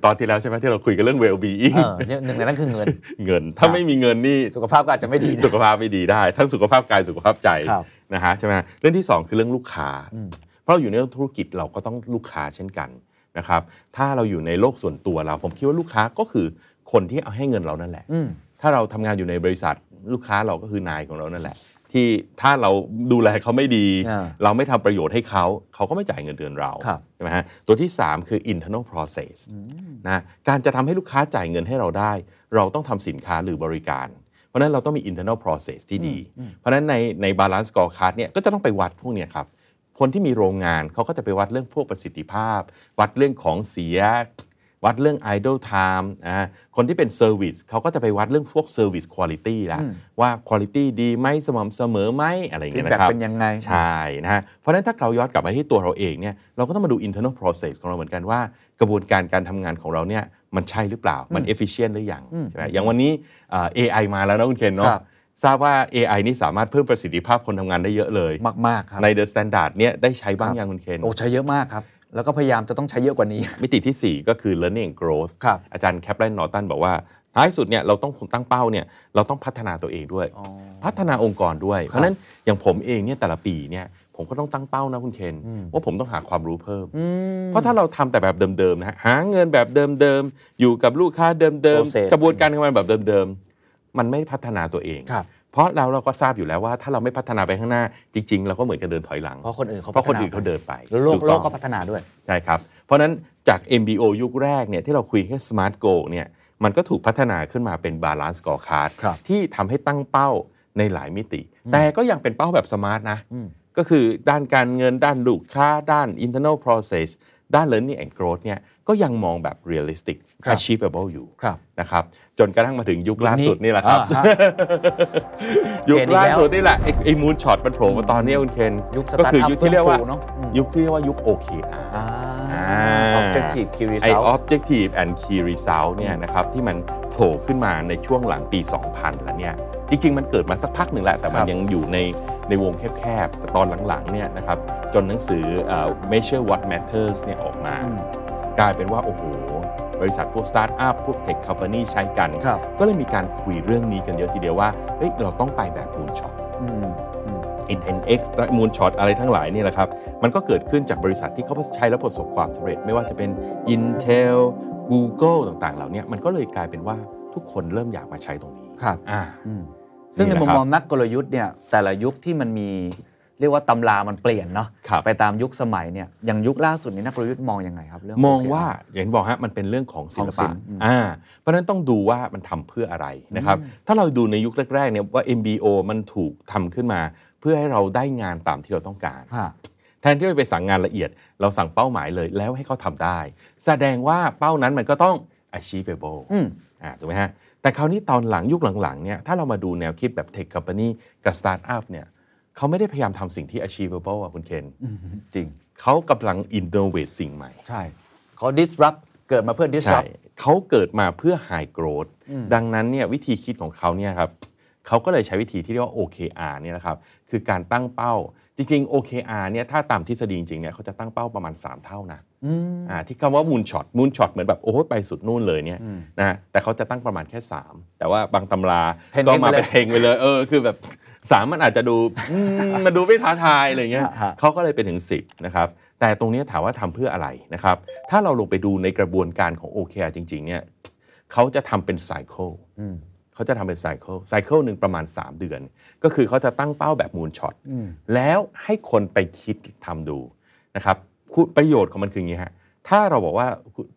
Speaker 1: ตอนที่แล้วใช่ไหมที่เราคุยกันเรื่อง well being
Speaker 2: เออเนี่ยหนึ่งในนั้นคือเงิน
Speaker 1: เงิน ถ้าไม่มีเงินนี่
Speaker 2: สุขภาพก็อาจจะไม่ดีนะ
Speaker 1: สุขภาพไม่ดีได้ ทั้งสุขภาพกายสุขภาพใจ
Speaker 2: ครับ
Speaker 1: นะฮะใช่ไหมเรื่องที่ 2 คือเรื่องลูกค้า
Speaker 2: อืม
Speaker 1: เพราะเราอยู่ในเรื่องธุรกิจเราก็ต้องลูกค้าเช่นกันนะครับถ้าเราอยู่ในโลกส่วนตัวเรา ผมคิดว่าลูกค้าก็คือคนที่เอาให้เงินเรานั่นแหละ
Speaker 2: อืม
Speaker 1: ถ้าเราทำงานอยู่ในบริษัทลูกค้าเราก็คือนายของเรานั่นแหละ ที่ถ้าเราดูแลเขาไม่ดี
Speaker 2: อ่า
Speaker 1: เราไม่ทำประโยชน์ให้เขาเขาก็ไม่จ่ายเงินเดือนเรา
Speaker 2: ครับ
Speaker 1: ใช่ไหมฮะตัวที่ 3 คือ internal process นะการจะทำให้ลูกค้าจ่ายเงินให้เราได้ เราต้องทำสินค้าหรือบริการ เพราะฉะนั้นเราต้องมี internal process ที่ดี เพราะฉะนั้นในใน balance scorecard เนี่ยก็จะต้องไปวัดพวกเนี้ยครับ คนที่มีโรงงานเขาก็จะไปวัดเรื่องพวกประสิทธิภาพ วัดเรื่องของเสีย วัดเรื่อง idle time อ่าคนที่เป็น service เขาก็จะไปวัดเรื่องพวก service quality ละ
Speaker 2: อืม
Speaker 1: ว่า quality ดีไหมสม่ำเสมอไหมอะไรอย่างเงี้ย
Speaker 2: feedback
Speaker 1: นะครับ
Speaker 2: เป็นยังไง
Speaker 1: ใช่นะฮะเพราะฉะนั้นถ้าเราย้อนกลับมาที่ตัวเราเองเนี่ยเราก็ต้องมาดู internal process ของเราเหมือนกันว่า กระบวนการการทำงานของเราเนี่ยมันใช่หรือเปล่ามัน efficient หรือยังใช่ไหมอย่างวันนี้อ่า AI มาแล้วนะคุณเคน
Speaker 2: ครั
Speaker 1: เนาะ
Speaker 2: บ
Speaker 1: ทราบว่า AI นี่สามารถเพิ่มประสิทธิภาพคนทำงานได้เยอะเลย
Speaker 2: มากๆครับ
Speaker 1: ใน The Standard เนี่ยได้ใช้บ้าง
Speaker 2: ครับ
Speaker 1: ยังคุณเคน
Speaker 2: โอ้ใช้เยอะมากครับ แล้วก็พยายามจะต้องใช้เยอะกว่านี้
Speaker 1: มิติที่ 4 ก็คือ learning and growth
Speaker 2: ครับ
Speaker 1: อาจารย์แคปแลนนอร์ตันบอกว่า ท้ายสุดเนี่ยเราต้องตั้งเป้าเนี่ยเราต้องพัฒนาตัวเองด้วย พัฒนาองค์กรด้วย เพราะฉะนั้นอย่างผมเองเนี่ยแต่ละปีเนี่ยผมก็ต้องตั้งเป้านะคุณเคนว่าผมต้องหาความรู้เพิ่ม เพราะถ้าเราทำแต่แบบเดิมๆนะฮะหาเงินแบบเดิมๆ อยู่กับลูกค้าเดิมๆ
Speaker 2: Process
Speaker 1: กระบวนการทำงานแบบเดิมๆ มันไม่พัฒนาตัวเอง
Speaker 2: ครับ
Speaker 1: เพราะเราเราก็ทราบอยู่แล้วว่า ถ้าเราไม่พัฒนาไปข้างหน้าจริง ๆ เราก็เหมือนกับเดินถอยหลัง
Speaker 2: เพราะคนอื่นเขา
Speaker 1: เพราะคนอื่นเขาเดินไป
Speaker 2: แล้วโลก
Speaker 1: ถู
Speaker 2: โล
Speaker 1: ต้อ
Speaker 2: ก
Speaker 1: ง
Speaker 2: ก็พัฒนาด้วย
Speaker 1: ใช่ครับ เพราะฉะนั้นจาก MBO ยุคแรกเนี่ยที่เราคุยแค่ Smart Go เนี่ยมันก็ถูกพัฒนาขึ้นมาเป็น Balance Scorecard
Speaker 2: ครับ
Speaker 1: ที่ทำให้ตั้งเป้าในหลายมิติ แต่ก็ยังเป็นเป้าแบบสมาร์ทนะ ก็คือด้านการเงินด้านลูกค้า ด้าน internal process ด้าน learning and growth เนี่ยก็ยังมองแบบ realistic
Speaker 2: ครับ
Speaker 1: achievable อยู่
Speaker 2: ครับ
Speaker 1: นะครับจนกระทั่งมาถึงยุคล่าสุดนี่แหละครับ
Speaker 2: อ่าฮะ
Speaker 1: ยุค
Speaker 2: เห็นอีก
Speaker 1: ล่า
Speaker 2: แล้ว
Speaker 1: สุดนี่แหละไอ้ไอ้มูนช็อตมันโผล่มาตอนนี้คุณเคน
Speaker 2: ยุคส
Speaker 1: ก็
Speaker 2: ตาร์ทอั
Speaker 1: คื
Speaker 2: พ
Speaker 1: อยุคที่เรียกว่า
Speaker 2: เฟื่องฟูเนอะอืม
Speaker 1: ยุคที่เรียกว่ายุค OKR
Speaker 2: อ่า
Speaker 1: อ่า
Speaker 2: objective key
Speaker 1: ไอ
Speaker 2: result
Speaker 1: objective and key result เนี่ยนะครับที่มันโผล่ขึ้นมาในช่วงหลังปี 2000 แล้วเนี่ยจริง ๆ มันเกิดมาสักพักหนึ่งแหละ แต่มั
Speaker 2: คน รับ
Speaker 1: ยังอยู่ในในวงแคบๆ แต่ตอนหลังๆเนี่ยนะครับจนหนังสือเอ่อ measure what matters เนี่ยออกมา
Speaker 2: อืม
Speaker 1: กลายเป็นว่า โอ้โห บริษัทพวกสตาร์ทอัพพวกเทคค o m p a นีใช้กัน
Speaker 2: ครับ
Speaker 1: ก็เลยมีการคุยเรื่องนี้กันเยอะทีเดียวว่าเฮ้ยเราต้องไปแบบมูลช็อต
Speaker 2: อืมอืม
Speaker 1: i n t e n x มูลช็อตอะไรทั้งหลายนี่แหละครับ มันก็เกิดขึ้นจากบริษัทที่เขาใช้แล้วประสบความสำเร็จ ไม่ว่าจะเป็น Intel Google ต่างๆ เหล่าเนี้ยมันก็เลยกลายเป็นว่าทุกคนเริ่มอยากมาใช้ตรงนี้
Speaker 2: ครับ
Speaker 1: อ่า
Speaker 2: อืมซึ่งใน
Speaker 1: นี่แหละ
Speaker 2: มุม
Speaker 1: ครับ
Speaker 2: มองนักกลยุทธ์เนี่ยแต่ละยุคที่มันมีเรียกว่าตำรามันเปลี่ยนเนาะ
Speaker 1: ครับ
Speaker 2: ไปตามยุคสมัยเนี่ยอย่างยุคล่าสุดนี้นักกลยุทธ์มองยังไงครับเรื่อง
Speaker 1: มอง
Speaker 2: OKR
Speaker 1: ว่าอย่างที่บอกฮะมันเป็นเรื่องของศิล
Speaker 2: ของศิ
Speaker 1: ปะ
Speaker 2: ลป์อืม
Speaker 1: อ่าเพราะฉะนั้นต้องดูว่ามันทำเพื่ออะไรนะครับถ้าเราดูในยุคแรกๆเนี่ยว่า MBO มันถูกทำขึ้นมา เพื่อให้เราได้งานตามที่เราต้องการ
Speaker 2: ฮะ
Speaker 1: แทนที่จะไปสั่งงานละเอียด เราสั่งเป้าหมายเลยแล้วให้เขาทำได้ แสดงว่าเป้านั้นมันก็ต้อง achievable
Speaker 2: อืม
Speaker 1: อ่าถูกไหมฮะ แต่คราวนี้ตอนหลังยุคหลังๆเนี่ยถ้าเรามาดูแนวคิดแบบ Tech Company กับ Startup เนี่ยเขาไม่ได้พยายามทำสิ่งที่ achievable อ่ะคุณเคน
Speaker 2: จริง
Speaker 1: เขากำลัง innovate สิ่งใหม่
Speaker 2: ใช่เขา disrupt เกิดมาเพื่อ
Speaker 1: ใช่
Speaker 2: disrupt
Speaker 1: เขาเกิดมาเพื่อ high growth ดังนั้นเนี่ยวิธีคิดของเขาเนี่ยครับเขาก็เลยใช้วิธีที่เรียกว่า OKR เนี่ยนะครับคือการตั้งเป้า จริง ๆ OKR เนี่ยถ้าตามทฤษฎีจริงๆเนี่ยเขาจะตั้งเป้าประมาณ 3 เท่านะอ่าที่คำว่ามูลช็อตมูลช็อตเหมือนแบบโอ้ยไปสุดนู่นเลยเนี่ยนะแต่เขาจะตั้งประมาณแค่ 3 แต่ว่าบางตำรา
Speaker 2: เทรน
Speaker 1: ก็
Speaker 2: เองไป
Speaker 1: มา
Speaker 2: เลย
Speaker 1: เป็นเทงไปเลยเออคือแบบสามมันอาจจะดู อืมมันดูไม่ท้าทายอะไรอย่างเงี้ย
Speaker 2: ฮะฮะ
Speaker 1: เขาก็เลยไปถึง 10 นะครับ แต่ตรงนี้ถามว่าทำเพื่ออะไรนะครับ ถ้าเราลงไปดูในกระบวนการของ OKR จริง ๆ เนี่ยเขาจะทำเป็นไซเคิล เขาจะทำเป็นไซเคิลไซเคิลหนึ่งประมาณ 3 เดือน ก็คือเขาจะตั้งเป้าแบบมูลช็อตแล้วให้คนไปคิดทำดูนะครับคุณประโยชน์ของมันคืออย่างนี้ฮะถ้าเราบอกว่า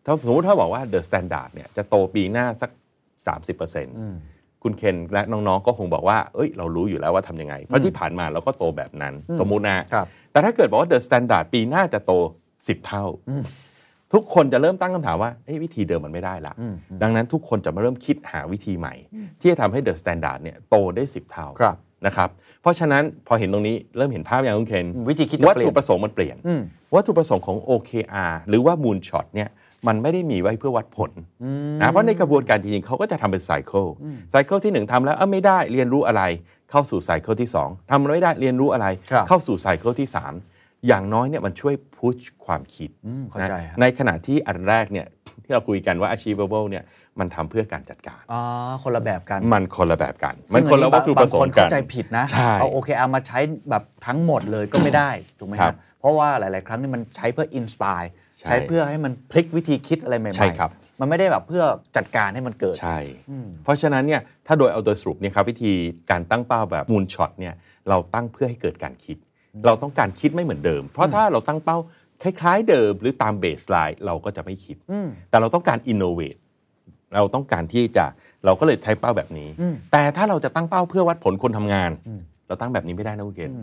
Speaker 1: ถ้าสมมติถ้าบอกว่าเดอะสแตนดาร์ดเนี่ยจะโตปีหน้าสัก 30%คุณเคนและน้องๆก็คงบอกว่า เอ้ย เรารู้อยู่แล้วว่าทำยังไง เพราะที่ผ่านมาเราก็โตแบบนั้น สมมุตินะ
Speaker 2: ครับ
Speaker 1: แต่ถ้าเกิดบอกว่าเดอะสแตนดาร์ดปีหน้าจะโต 10 เท่า ทุกคนจะเริ่มตั้งคำถามว่าเอ้ยวิธีเดิมมันไม่ได้ละ ดังนั้นทุกคนจะมาเริ่มคิดหาวิธีใหม่ ที่จะทำให้เดอะสแตนดาร์ดเนี่ยโตได้ 10 เท่า
Speaker 2: ครับ
Speaker 1: นะครับเพราะฉะนั้นพอเห็นตรงนี้เริ่มเห็นภาพอย่างคุณเคน
Speaker 2: อืมวิธีคิดจะเป
Speaker 1: วั
Speaker 2: ลี่ยน
Speaker 1: ตถุประสงค์มันเปลี่ยน
Speaker 2: อืม
Speaker 1: วัตถุประสงค์ของ OKR หรือว่า Moon Shot เนี่ยมันไม่ได้มีไว้เพื่อวัดผลนะเพราะในกระบวนการจริงๆเขาก็จะทำเป็นไซเคิลไซเคิลที่หนึ่งทำแล้วเอ้าไม่ได้เรียนรู้อะไร เข้าสู่ไซเคิลที่สองทำแล้วไม่ได้เรียนรู้อะไร
Speaker 2: ครับ
Speaker 1: เข้าสู่ไซเคิลที่สามอย่างน้อยเนี่ยมันช่วยพุชความคิด
Speaker 2: อืมเข้า
Speaker 1: นะ
Speaker 2: ใจครับ
Speaker 1: ในขณะที่อันแรกเนี่ยที่เราคุยกันว่า achievable เนี่ยมันทำเพื่อการจัดการ
Speaker 2: อ๋อคนละแบบกัน
Speaker 1: มันคนละแบบกัน มันคนละวัตถุประสง
Speaker 2: บา
Speaker 1: ค์
Speaker 2: น
Speaker 1: กั
Speaker 2: เข้าน ใจผิดนะ
Speaker 1: ใช่
Speaker 2: เอาโอเคเอามาใช้แบบทั้งหมดเลยก็ไม่ได้ ถูกไหมค
Speaker 1: ครั
Speaker 2: รั
Speaker 1: บบ
Speaker 2: เพราะว่าหลาย ๆ ครั้งนี่มันใช้เพื่ออินสปาย
Speaker 1: ใช่
Speaker 2: ใช้เพื่อให้มันพลิกวิธีคิดอะไรใหม่ ๆ
Speaker 1: ใช่ครับ
Speaker 2: มันไม่ได้แบบเพื่อจัดการให้มันเกิด
Speaker 1: ใช่ เพราะฉะนั้นเนี่ยถ้าโดยเอาโดยสรุปเนี่ยครับวิธีการตั้งเป้าแบบมูลช็อตเนี่ยเราตั้งเพื่อให้เกิดการคิด เราต้องการคิดไม่เหมือนเดิม เพราะถ้าเราตั้งเป้าคล้าย ๆ เดิม หรือตามเบสไลน์เราก็จะไม่คิด แต่เราต้องการอินโนเวทเราต้องการที่จะเราก็เลยใช้เป้าแบบนี้ แต่ถ้าเราจะตั้งเป้าเพื่อวัดผลคนทำงาน เราตั้งแบบนี้ไม่ได้นะคุณเกณฑ์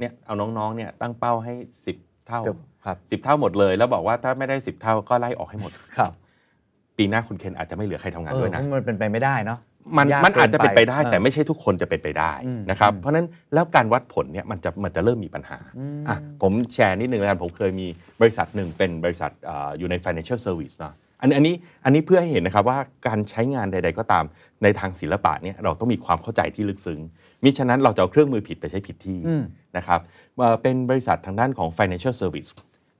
Speaker 1: เนี่ยเอาน้องๆเนี่ยตั้งเป้าให้ 10 เท่า
Speaker 2: จบครับ
Speaker 1: สิบเท่าหมดเลย แล้วบอกว่าถ้าไม่ได้ 10 เท่าก็ไล่ออกให้หมด
Speaker 2: ครับ
Speaker 1: ปีหน้าคุณเคนอาจจะไม่เหลือใครทำงาน
Speaker 2: เอ
Speaker 1: ด้
Speaker 2: อ
Speaker 1: วย
Speaker 2: เพ
Speaker 1: นะ
Speaker 2: ราะมันเป็นไปไม่ได้เนาะ
Speaker 1: มัน
Speaker 2: ยก
Speaker 1: มันอาจจะเป็นไปได้
Speaker 2: ออ
Speaker 1: แต่ไม่ใช่ทุกคนจะเป็นไปได้
Speaker 2: อืม
Speaker 1: นะครับ
Speaker 2: อืม
Speaker 1: เพราะฉะนั้นแล้วการวัดผลเนี่ยมันจะมันจะเริ่มมีปัญหาอ่ะผมแชร์นิดนึงแล้วกันผมเคยมีบริษัทหนึ่งเป็นบริษัทเอ่ออยู่ใน financial service เนอะอันอันนี้อันนี้เพื่อให้เห็นนะครับว่าการใช้งานใด ๆ ก็ตามในทางศิลปะเนี่ยเราต้องมีความเข้าใจที่ลึกซึ้งมิฉะนั้นเราจะเอาเครื่องมือผิดไปใช้ผิดที่นะครับเอ่อเป็นบริษัททางด้านของ financial service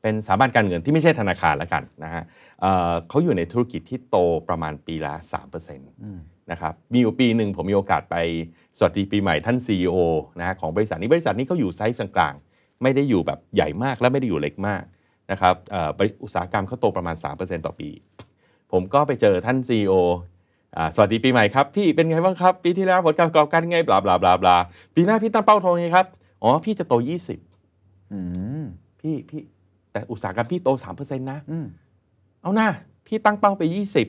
Speaker 1: เป็นสถาบันการเงินที่ไม่ใช่ธนาคารแล้วกันนะฮะเอ่อเขาอยู่ในธุรกิจที่โตประมาณปีละ 3%นะครับมีอยู่ปีหนึ่งผมมีโอกาสไปสวัสดีปีใหม่ท่าน CEO นะฮะของบริษัทนี้บริษัทนี้เขาอยู่ไซส์กลางๆ ไม่ได้อยู่แบบใหญ่มากและไม่ได้อยู่เล็กมากนะครับเอ่อบริอุตสาหกรรมเขาโตประมาณ 3%ต่อปี ผมก็ไปเจอท่าน CEO อ่าสวัสดีปีใหม่ครับ พี่เป็นไงบ้างครับ ปีที่แล้วผลการประกอบการไงบลาบลาบลาบลาปีหน้าพี่ตั้งเป้าโทไงครับ อ๋อ พี่จะโต 20
Speaker 2: อืม
Speaker 1: พี่พี่แต่อุตสาหกรรมพี่โตสามเปอร์เซ็นต์นะ
Speaker 2: อืม
Speaker 1: เอาหน้าพี่ตั้งเป้าไปยี่สิบ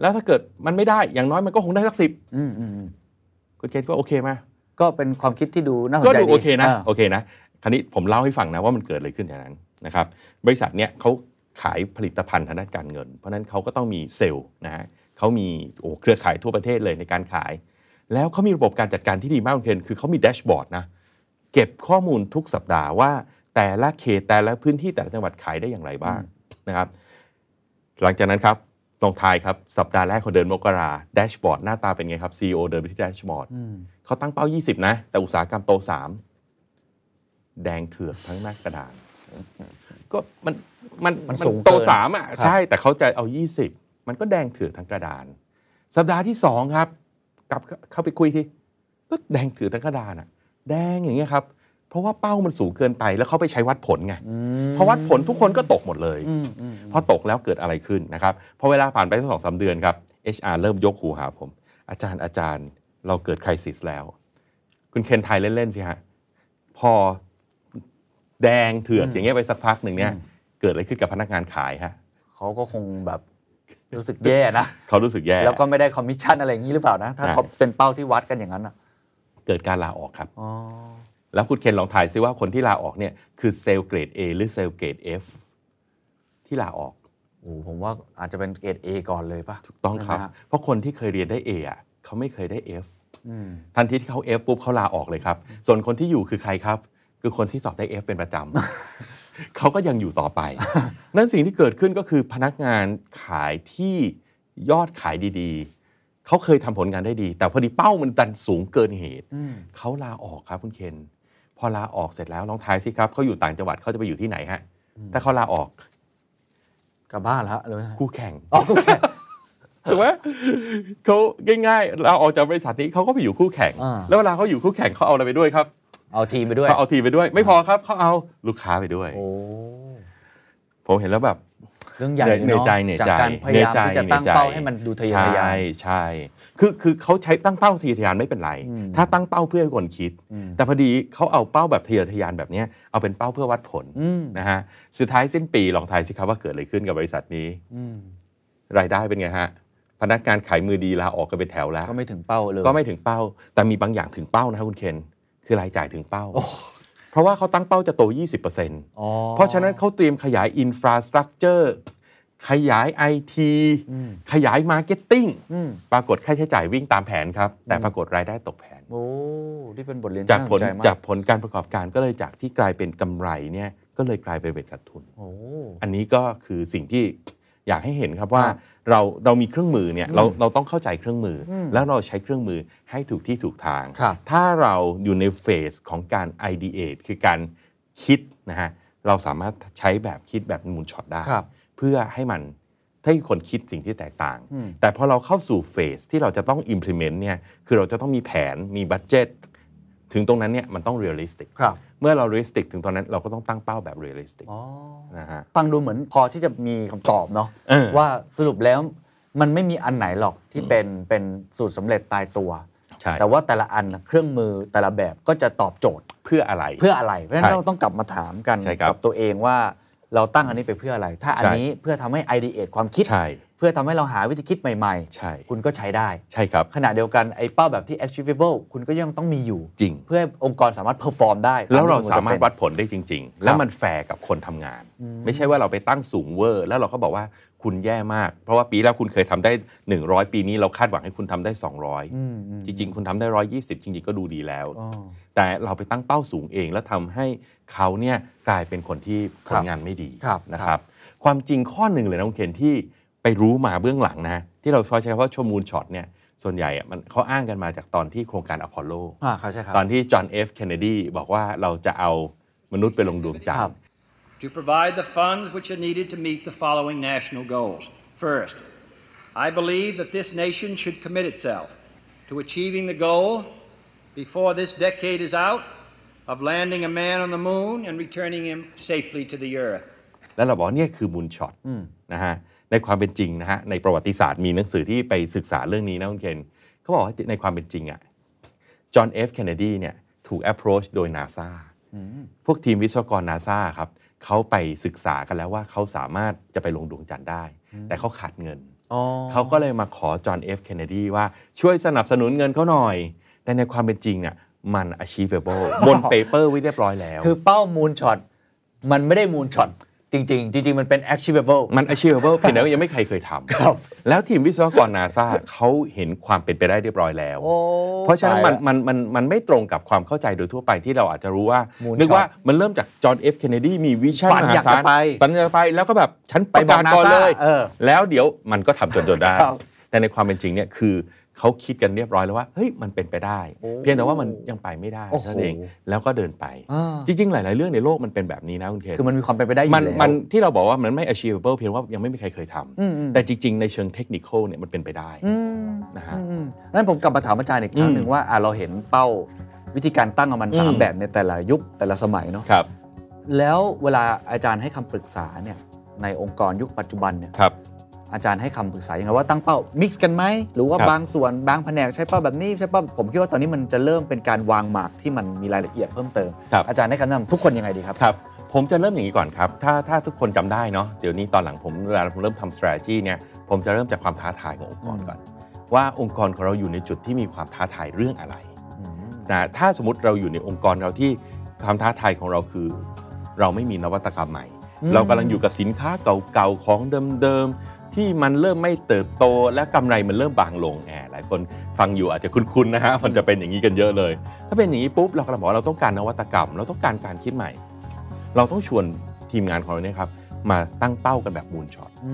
Speaker 1: แล้วถ้าเกิดมันไม่ได้อย่างน้อยมันก็คงได้สักสิบ
Speaker 2: อืมอืมอืม
Speaker 1: คุณเคนก็โอเคไหมา
Speaker 2: ก็เป็นความคิดที่ดูน่าสน
Speaker 1: ก็
Speaker 2: ใจ
Speaker 1: ดูโอเคนะ
Speaker 2: า
Speaker 1: โอเคนะคราวนี้ผมเล่าให้ฟังนะว่ามันเกิดอะไรขึ้นจากนั้นนะครับบริษัทเนี้ยเขาขายผลิตภัณฑ์ทางด้านการเงิน เพราะฉะนั้นเขาก็ต้องมีเซลล์นะฮะเขามีโอ้เครือข่ายทั่วประเทศเลยในการขาย แล้วเขามีระบบการจัดการที่ดีมากคุณเคนคือเขามีแดชบอร์ดนะเก็บข้อมูลทุกสัปดาห์ว่า แต่ละเขตแต่ละพื้นที่แต่ละจังหวัดขายได้อย่างไรบ้างนะครับ หลังจากนั้นครับลองทายครับ สัปดาห์แรกของเดือนมกราแดชบอร์ดหน้าตาเป็นไงครับ CEO เดินไปที่แดชบอร์ดเขาตั้งเป้า 20 นะ แต่อุตสาหกรรมโต 3 แดงเถือกทั้งหน้ากระดาน ก็มันมัน
Speaker 2: มันสูง
Speaker 1: โต
Speaker 2: เกิน
Speaker 1: สามอ่ะ
Speaker 2: ครับ
Speaker 1: ใช่แต่เขาจะเอา 20 มันก็แดงเถือกทั้งกระดาน สัปดาห์ที่ 2 ครับ กลับเข้าไปคุยที่ก็แดงเถือกทั้งกระดานอ่ะ แดงอย่างเงี้ยครับ เพราะว่าเป้ามันสูงเกินไปแล้วเขาไปใช้วัดผลไงพอวัดผลทุกคนก็ตกหมดเลย พอตกแล้วเกิดอะไรขึ้นนะครับพอเวลาผ่านไปสักสองสามเดือนครับ HR เริ่มยกหูหาผม อาจารย์อาจารย์เราเกิดคริสิสแล้ว คุณเคนไทยเล่น ๆ สิฮะ พอแดงเถือกอย่างเงี้ยไปสักพักหนึ่งเนี่ยเกิดอะไรขึ้นกับพนักงานขายฮะ
Speaker 2: เขาก็คงแบบรู้สึกแย่นะ
Speaker 1: เขารู้สึกแย่
Speaker 2: แล้วก็ไม่ได้คอมมิชชั่นอะไรอย่างนี้หรือเปล่านะ ถ้า
Speaker 1: ใช่
Speaker 2: เขาเป็นเป้าที่วัดกันอย่างนั้นอ่ะ
Speaker 1: เกิดการลาออกครับ แล้วคุณเคนลองถ่ายซิว่าคนที่ลาออกเนี่ยคือเซลล์เกรด A หรือเซลล์เกรด F ที่ลาออก
Speaker 2: โอ้โหผมว่าอาจจะเป็นเกรด A ก่อนเลยป่ะ
Speaker 1: ถูกต้องครับ
Speaker 2: ใช่ไหมฮะ
Speaker 1: เพราะคนที่เคยเรียนได้ A อ่ะเขาไม่เคยได้ F ทันทีที่เขา F ปุ๊บเขาลาออกเลยครับ ส่วนคนที่อยู่คือใครครับ คือคนที่สอบได้ F เป็นประจ ำ เขาก็ยังอยู่ต่อไป นั่นสิ่งที่เกิดขึ้นก็คือพนักงานขายที่ยอดขายดีๆ เขาเคยทำผลงานได้ดี แต่พอดีเป้ามันดันสูงเกินเหตุ เขาลาออกครับคุณเคน พอลาออกเสร็จแล้วลองทายสิครับเขาอยู่ต่างจังหวัดเขาจะไปอยู่ที่ไหนฮะถ้าเขาลาออก
Speaker 2: กลับบ้านแล้วเลย
Speaker 1: คู่แข่ง
Speaker 2: อ๋อโอเค
Speaker 1: ถูกไหมเขาง่ายๆ เราออกจากบริษัทนี้เขาก็ไปอยู่คู่แข่ง
Speaker 2: อ่า
Speaker 1: แล้วเวลาเขาอยู่คู่แข่งเขาเอาอะไรไปด้วยครับ
Speaker 2: เอาทีมไปด้วย
Speaker 1: เขาเอาทีมไปด้วย ไม่พอครับเขาเอาลูกค้าไปด้วย
Speaker 2: โอ้
Speaker 1: ผมเห็นแล้วแบบ
Speaker 2: เรื่องใหญ่
Speaker 1: เหนื่อย
Speaker 2: ล
Speaker 1: ใจเหนื่อยใจ
Speaker 2: จากการพยายามที่จะตั้ง
Speaker 1: หนื่อ
Speaker 2: เป้าให้มันดูทะเยอทะยา
Speaker 1: ใช่
Speaker 2: น
Speaker 1: ใช่ คือคือเขาใช้ตั้งเป้าทะเยอทะยานไม่เป็นไร
Speaker 2: อืม
Speaker 1: ถ้าตั้งเป้าเพื่อให้คนคิด
Speaker 2: อืม
Speaker 1: แต่พอดีเขาเอาเป้าแบบทะเยอทะยานแบบเนี้ยเอาเป็นเป้าเพื่อวัดผล
Speaker 2: อืม
Speaker 1: นะฮะสุดท้ายสิ้นปีลองทายสิครับว่าเกิดอะไรขึ้นกับบริษัทนี้
Speaker 2: อืม
Speaker 1: รายได้เป็นไงฮะพนักงานขายมือดีลาออกกันไปนแถวแล้ว
Speaker 2: ก็ไม่ถึงเป้าเลย
Speaker 1: ก็ไม่ถึงเป้า แต่มีบางอย่างถึงเป้านะครับคุณเคนคือรายจ่ายถึงเป้า
Speaker 2: โอ้
Speaker 1: เพราะว่าเขาตั้งเป้าจะโต 20%เ
Speaker 2: อ๋อ
Speaker 1: พราะฉะนั้นเขาเตรียมขยายอินฟราสตรักเจอร์ขยาย IT
Speaker 2: อืม
Speaker 1: ขยายมาร์เก็ตติ้ง
Speaker 2: อืม
Speaker 1: ปรากฏค่าใช้จ่ายวิ่งตามแผนครับ แต่ปรากฏรายได้ตกแผน
Speaker 2: โอ้ที่เป็นบทเรียน
Speaker 1: จากผล
Speaker 2: ที่น่สนใจม
Speaker 1: จากผลการประกอบการก็เลยจากที่กลายเป็นกำไรเนี่ยก็เลยกลายเป็นเป็นขาดทุน
Speaker 2: โอ้
Speaker 1: อันนี้ก็คือสิ่งที่อยากให้เห็นครับว่า
Speaker 2: ครับ
Speaker 1: เราเรามีเครื่องมือเนี่ยเรา
Speaker 2: อืม
Speaker 1: เราต้องเข้าใจเครื่องมืออ
Speaker 2: ม
Speaker 1: แล้วเราใช้เครื่องมือให้ถูกที่ถูกทาง
Speaker 2: ครับ
Speaker 1: ถ้าเราอยู่ในเฟสของการ ideate คือการคิดนะฮะเราสามารถใช้แบบคิดแบบมูลช็อตได้
Speaker 2: ครับ
Speaker 1: เพื่อให้มันให้คนคิดสิ่งที่แตกต่าง
Speaker 2: อืม
Speaker 1: แต่พอเราเข้าสู่เฟสที่เราจะต้อง implement เนี่ยคือเราจะต้องมีแผนมีบัตเจตถึงตรงนั้นเนี่ยมันต้อง realistic
Speaker 2: ครับ
Speaker 1: เมื่อเรา realistic ถึงตอนนั้นเราก็ต้องตั้งเป้าแบบ realistic
Speaker 2: อ๋อ
Speaker 1: นะฮะ
Speaker 2: ฟังดูเหมือนพอที่จะมีคำตอบเนาะ
Speaker 1: เออ
Speaker 2: ว่าสรุปแล้วมันไม่มีอันไหนหรอกที่เป็นเป็นสูตรสำเร็จตายตัว
Speaker 1: ใช่
Speaker 2: แต่ว่าแต่ละอันน่ะเครื่องมือแต่ละแบบก็จะตอบโจทย์
Speaker 1: เพื่ออะไร
Speaker 2: เพื่ออะไร เพราะฉะนั้
Speaker 1: ใช่
Speaker 2: นเราต้องกลับมาถามกัน
Speaker 1: ใช่ครับ
Speaker 2: กัตัวเองว่าเราตั้งอันนี้ไปเพื่ออะไร ถ้าอัน
Speaker 1: ใช่
Speaker 2: นี้เพื่อทำให้ไอเดียความคิด
Speaker 1: ใช่
Speaker 2: เพื่อทำให้เราหาวิธีคิดใหม่
Speaker 1: ใช่
Speaker 2: ๆ คุณก็ใช้ได้
Speaker 1: ใช่ครับ
Speaker 2: ขณะเดียวกันไอ้เป้าแบบที่ achievable คุณก็ยังต้องมีอยู่
Speaker 1: จริง
Speaker 2: เพื่อให้องค์กรสามารถ perform ได้ต
Speaker 1: แล้วเรา
Speaker 2: ที่คุณ
Speaker 1: สามารถ
Speaker 2: จะเป็น
Speaker 1: วัดผลได้จริง ๆ แล้วมันแฟร์กับคนทำงาน ไม่ใช่ว่าเราไปตั้งสูงเวอร์ แล้วเราก็บอกว่าคุณแย่มาก เพราะว่าปีแล้วคุณเคยทำได้ 100 ปีนี้เราคาดหวังให้คุณทำได้
Speaker 2: อืมอืม
Speaker 1: 200 จริง ๆ คุณทำได้ 120 จริง ๆ ก็ดูดีแล้ว
Speaker 2: อ๋อ
Speaker 1: แต่เราไปตั้งเป้าสูงเอง แล้วทำให้เขาเนี่ยกลายเป็นคนที่ผลงานไม่ดี
Speaker 2: ครับ
Speaker 1: นะค
Speaker 2: ครั
Speaker 1: รับ
Speaker 2: บ
Speaker 1: ความจริงข้อหนึ่งเลยนะคุณเคนที่ไปรู้มาเบื้องหลังนะ ที่เราใช้คำว่าชวมูลช็อตเนี่ยส่วนใหญ่อะมันเขาอ้างกันมาจากตอนที่โครงการอพอลโล
Speaker 2: อ่าครับใช่ครับ
Speaker 1: ตอนที่จอห์นเอฟเคนเนดีบอกว่าเราจะเอามนุษย์ไปลงดวงจันท
Speaker 2: ครับ
Speaker 1: ร์
Speaker 3: to provide the funds which are needed to meet the following national goals. First, I believe that this nation should commit itself to achieving the goal before this decade is out of landing a man on the moon and returning him safely to the earth.
Speaker 1: แล้วเราบอกว่าเนี่ยคือมูลช็อตนะฮะในความเป็นจริงนะฮะในประวัติศาสตร์มีหนังสือที่ไปศึกษาเรื่องนี้นะคุณเคนเขาบอกว่าในความเป็นจริงอะจอห์นเอฟเคนเนดีเนี่ยถูก approach โดยนาซาพวกทีมวิศวกรนาซาครับเขาไปศึกษากันแล้วว่าเขาสามารถจะไปลงดวงจันทร์ได้ แต่เขาขาดเงิน
Speaker 2: อ๋อ
Speaker 1: เขาก็เลยมาขอจอห์นเอฟเคนเนดีว่าช่วยสนับสนุนเงินเขาหน่อย แต่ในความเป็นจริงเนี่ยมัน achievable บ น paper ไว้เรียบร้อยแล้ว
Speaker 2: คือเป้ามูลช็อตมันไม่ได้มูลช็อตจริง ๆ จริง ๆ มันเป็น achievable
Speaker 1: มัน achievable เพียงแต่ว่ายังไม่เคยเคยทำ
Speaker 2: ครับ
Speaker 1: แล้วทีมวิศวกรนาซาเขาเห็นความเป็นไปได้เรียบร้อยแล้ว
Speaker 2: โอ้
Speaker 1: เพราะฉะนั้นมัน
Speaker 2: ตายละ
Speaker 1: มันมันมันไม่ตรงกับความเข้าใจโดยทั่วไปที่เราอาจจะรู้ว่า
Speaker 2: Moonshot
Speaker 1: นึกว่ามันเริ่มจากจอห์นเอฟเคนเนดีมีวิชั่น
Speaker 2: ฝัน
Speaker 1: มห
Speaker 2: อยาก
Speaker 1: ศล
Speaker 2: จะไป
Speaker 1: ฝันอยากจะไปแล้วก็แบบฉัน
Speaker 2: ไปบอก
Speaker 1: ระศก่น
Speaker 2: NASA
Speaker 1: เลย
Speaker 2: เออ
Speaker 1: แล้วเดี๋ยวมันก็ทำจนจนได้
Speaker 2: ครับ
Speaker 1: แต่ในความเป็นจริงเนี่ยคือเขาคิดกันเรียบร้อยแล้วว่าเฮ้ยมันเป็นไปได้
Speaker 2: โอ้
Speaker 1: เพียงแต่ว่ามันยังไปไม่ได้
Speaker 2: โอ้โห
Speaker 1: นั่นเองแล้วก็เดินไป
Speaker 2: อ่า
Speaker 1: จริง ๆ หลาย ๆ เรื่องในโลกมันเป็นแบบนี้นะคุณเคน
Speaker 2: คือมันมีความเป็นไปได้อยู่
Speaker 1: มัน
Speaker 2: แล้ว
Speaker 1: มันที่เราบอกว่ามันไม่ achievable เพียงว่ายังไม่มีใครเคยทำ
Speaker 2: อืมอืม
Speaker 1: แต่จริง ๆ ในเชิงเทคนิคเนี่ยมันเป็นไปได้
Speaker 2: อืม
Speaker 1: นะฮะ
Speaker 2: อืมนั้นผมกลับมาถามอาจารย์อีกครั้งหนึ่งว่าอ่ะเราเห็นเป้าวิธีการตั้งของมันสาม
Speaker 1: อืม
Speaker 2: แบบในแต่ละยุคแต่ละสมัยเนาะ
Speaker 1: ครับ
Speaker 2: แล้วเวลาอาจารย์ให้คำปรึกษาเนี่ยในองค์กรยุคปัจจุบันเนี่ย
Speaker 1: ครับ
Speaker 2: อาจารย์ให้คำปรึกษายังไงว่าตั้งเป้ามิกซ์กันไหมหรือว่า
Speaker 1: ครับ
Speaker 2: บางส่วนบางแผนกใช้เป้าแบบนี้ใช้เป้าผมคิดว่าตอนนี้มันจะเริ่มเป็นการวางหมากที่มันมีรายละเอียดเพิ่มเติม
Speaker 1: ครับ
Speaker 2: อาจารย์ให้คำแนะนำทุกคนยังไงดีครับ
Speaker 1: ครับ ผมจะเริ่มอย่างนี้ก่อนครับ ถ้าถ้าทุกคนจำได้เนาะเดี๋ยวนี้ตอนหลังผมเวลาผมเริ่มทำ strategy เนี่ยผมจะเริ่มจากความท้าทายขององค์กรก่อน ว่าองค์กรของเราอยู่ในจุดที่มีความท้าทายเรื่องอะไร
Speaker 2: อืม
Speaker 1: นะถ้าสมมติเราอยู่ในองค์กรเราที่ความท้าทายของเราคือ เราไม่มีนวัตกรรมใหม่
Speaker 2: อืม
Speaker 1: เรากำลังอยู่กับสินค้าเก่าๆของเดิมๆที่มันเริ่มไม่เติบโตและกำไรมันเริ่มบางลงแอบหลายคนฟังอยู่อาจจะคุ้นๆนะฮะ มันจะเป็นอย่างนี้กันเยอะเลย ถ้าเป็นอย่างนี้ปุ๊บเรากำลังบอกว่าเราต้องการนวัตกรรม เราต้องการการคิดใหม่ เราต้องชวนทีมงานของเราเนี่ยครับมาตั้งเป้ากันแบบมูลช็อต
Speaker 2: อื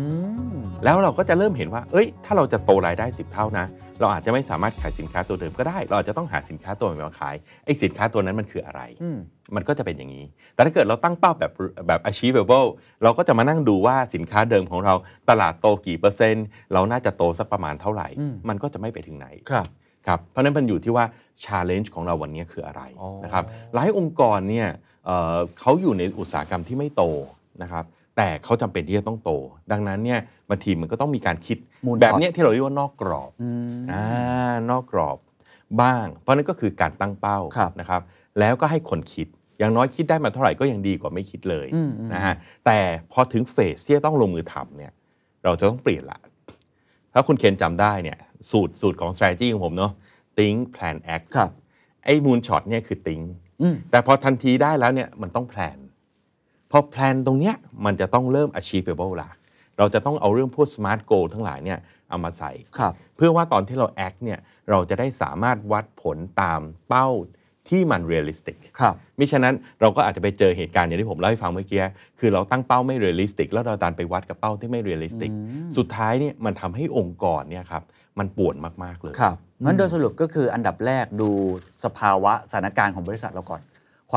Speaker 2: ม
Speaker 1: แล้วเราก็จะเริ่มเห็นว่า เอ้ย ถ้าเราจะโตรายได้ 10 เท่านะ เราอาจจะไม่สามารถขายสินค้าตัวเดิมก็ได้ เราอาจจะต้องหาสินค้าตัวใหม่มาขายไอ้สินค้าตัวนั้นมันคืออะไร
Speaker 2: อืม
Speaker 1: มันก็จะเป็นอย่างนี้ แต่ถ้าเกิดเราตั้งเป้าแบบแบบ achievable เราก็จะมานั่งดูว่าสินค้าเดิมของเราตลาดโตกี่เปอร์เซ็นต์ เราน่าจะโตสักประมาณเท่าไหร่
Speaker 2: อืม
Speaker 1: มันก็จะไม่ไปถึงไหน
Speaker 2: ครับ
Speaker 1: ครับ เพราะฉะนั้นมันอยู่ที่ว่า challenge ของเราวันนี้คืออะไร
Speaker 2: อ๋อ
Speaker 1: นะครับ หลายองค์กรเนี่ยเอ่อเขาอยู่ในอุตสาหกรรมที่ไม่โตนะครับ แ แต่เขาจำเป็นที่จะต้องโต ดังนั้นเนี่ยบางทีมันก็ต้องมีการคิด
Speaker 2: มูล
Speaker 1: แบบเนี้
Speaker 2: ช็
Speaker 1: ย
Speaker 2: อต
Speaker 1: ที่เราเรียกว่านอกกรอบ
Speaker 2: อืม
Speaker 1: อ่านอกกรอบบ้าง เพราะนั่นก็คือการตั้งเป้า
Speaker 2: ครับ
Speaker 1: นะครับ แล้วก็ให้คนคิด อย่างน้อยคิดได้มาเท่าไหร่ก็ยังดีกว่าไม่คิดเลย
Speaker 2: อืมอืม
Speaker 1: นะฮะแต่พอถึงเฟสที่จะต้องลงมือทำเนี่ยเราจะต้องเปลี่ยนละ ถ้าคุณเคนจำได้เนี่ยสูตรสูตรของ strategy ของผมเนาะ think plan act
Speaker 2: ครับ
Speaker 1: ไอ้มูลช็อตเนี่ยคือ think
Speaker 2: อืม
Speaker 1: แต่พอทันทีได้แล้วเนี่ยมันต้องแพลนพอแพลนตรงเนี้ยมันจะต้องเริ่ม achievable ละเราจะต้องเอาเรื่องพวก smart goal ทั้งหลายเนี่ยเอามาใส่
Speaker 2: ครับ
Speaker 1: เพื่อว่าตอนที่เรา act เนี่ยเราจะได้สามารถวัดผลตามเป้าที่มัน realistic
Speaker 2: ครับ
Speaker 1: มิฉะนั้นเราก็อาจจะไปเจอเหตุการณ์อย่างที่ผมเล่าให้ฟังเมื่อกี้ คือเราตั้งเป้าไม่เรียลลิสติก แล้วเราดันไปวัดกับเป้าที่ไม่เรียลลิสติก สุดท้ายเนี่ยมันทำให้องค์กรเนี่ยครับมันป่วนมาก ๆ เลย
Speaker 2: ครับงั้นโดยสรุปก็คืออันดับแรกดูสภาวะสถานการณ์ของบริษัทเราก่อน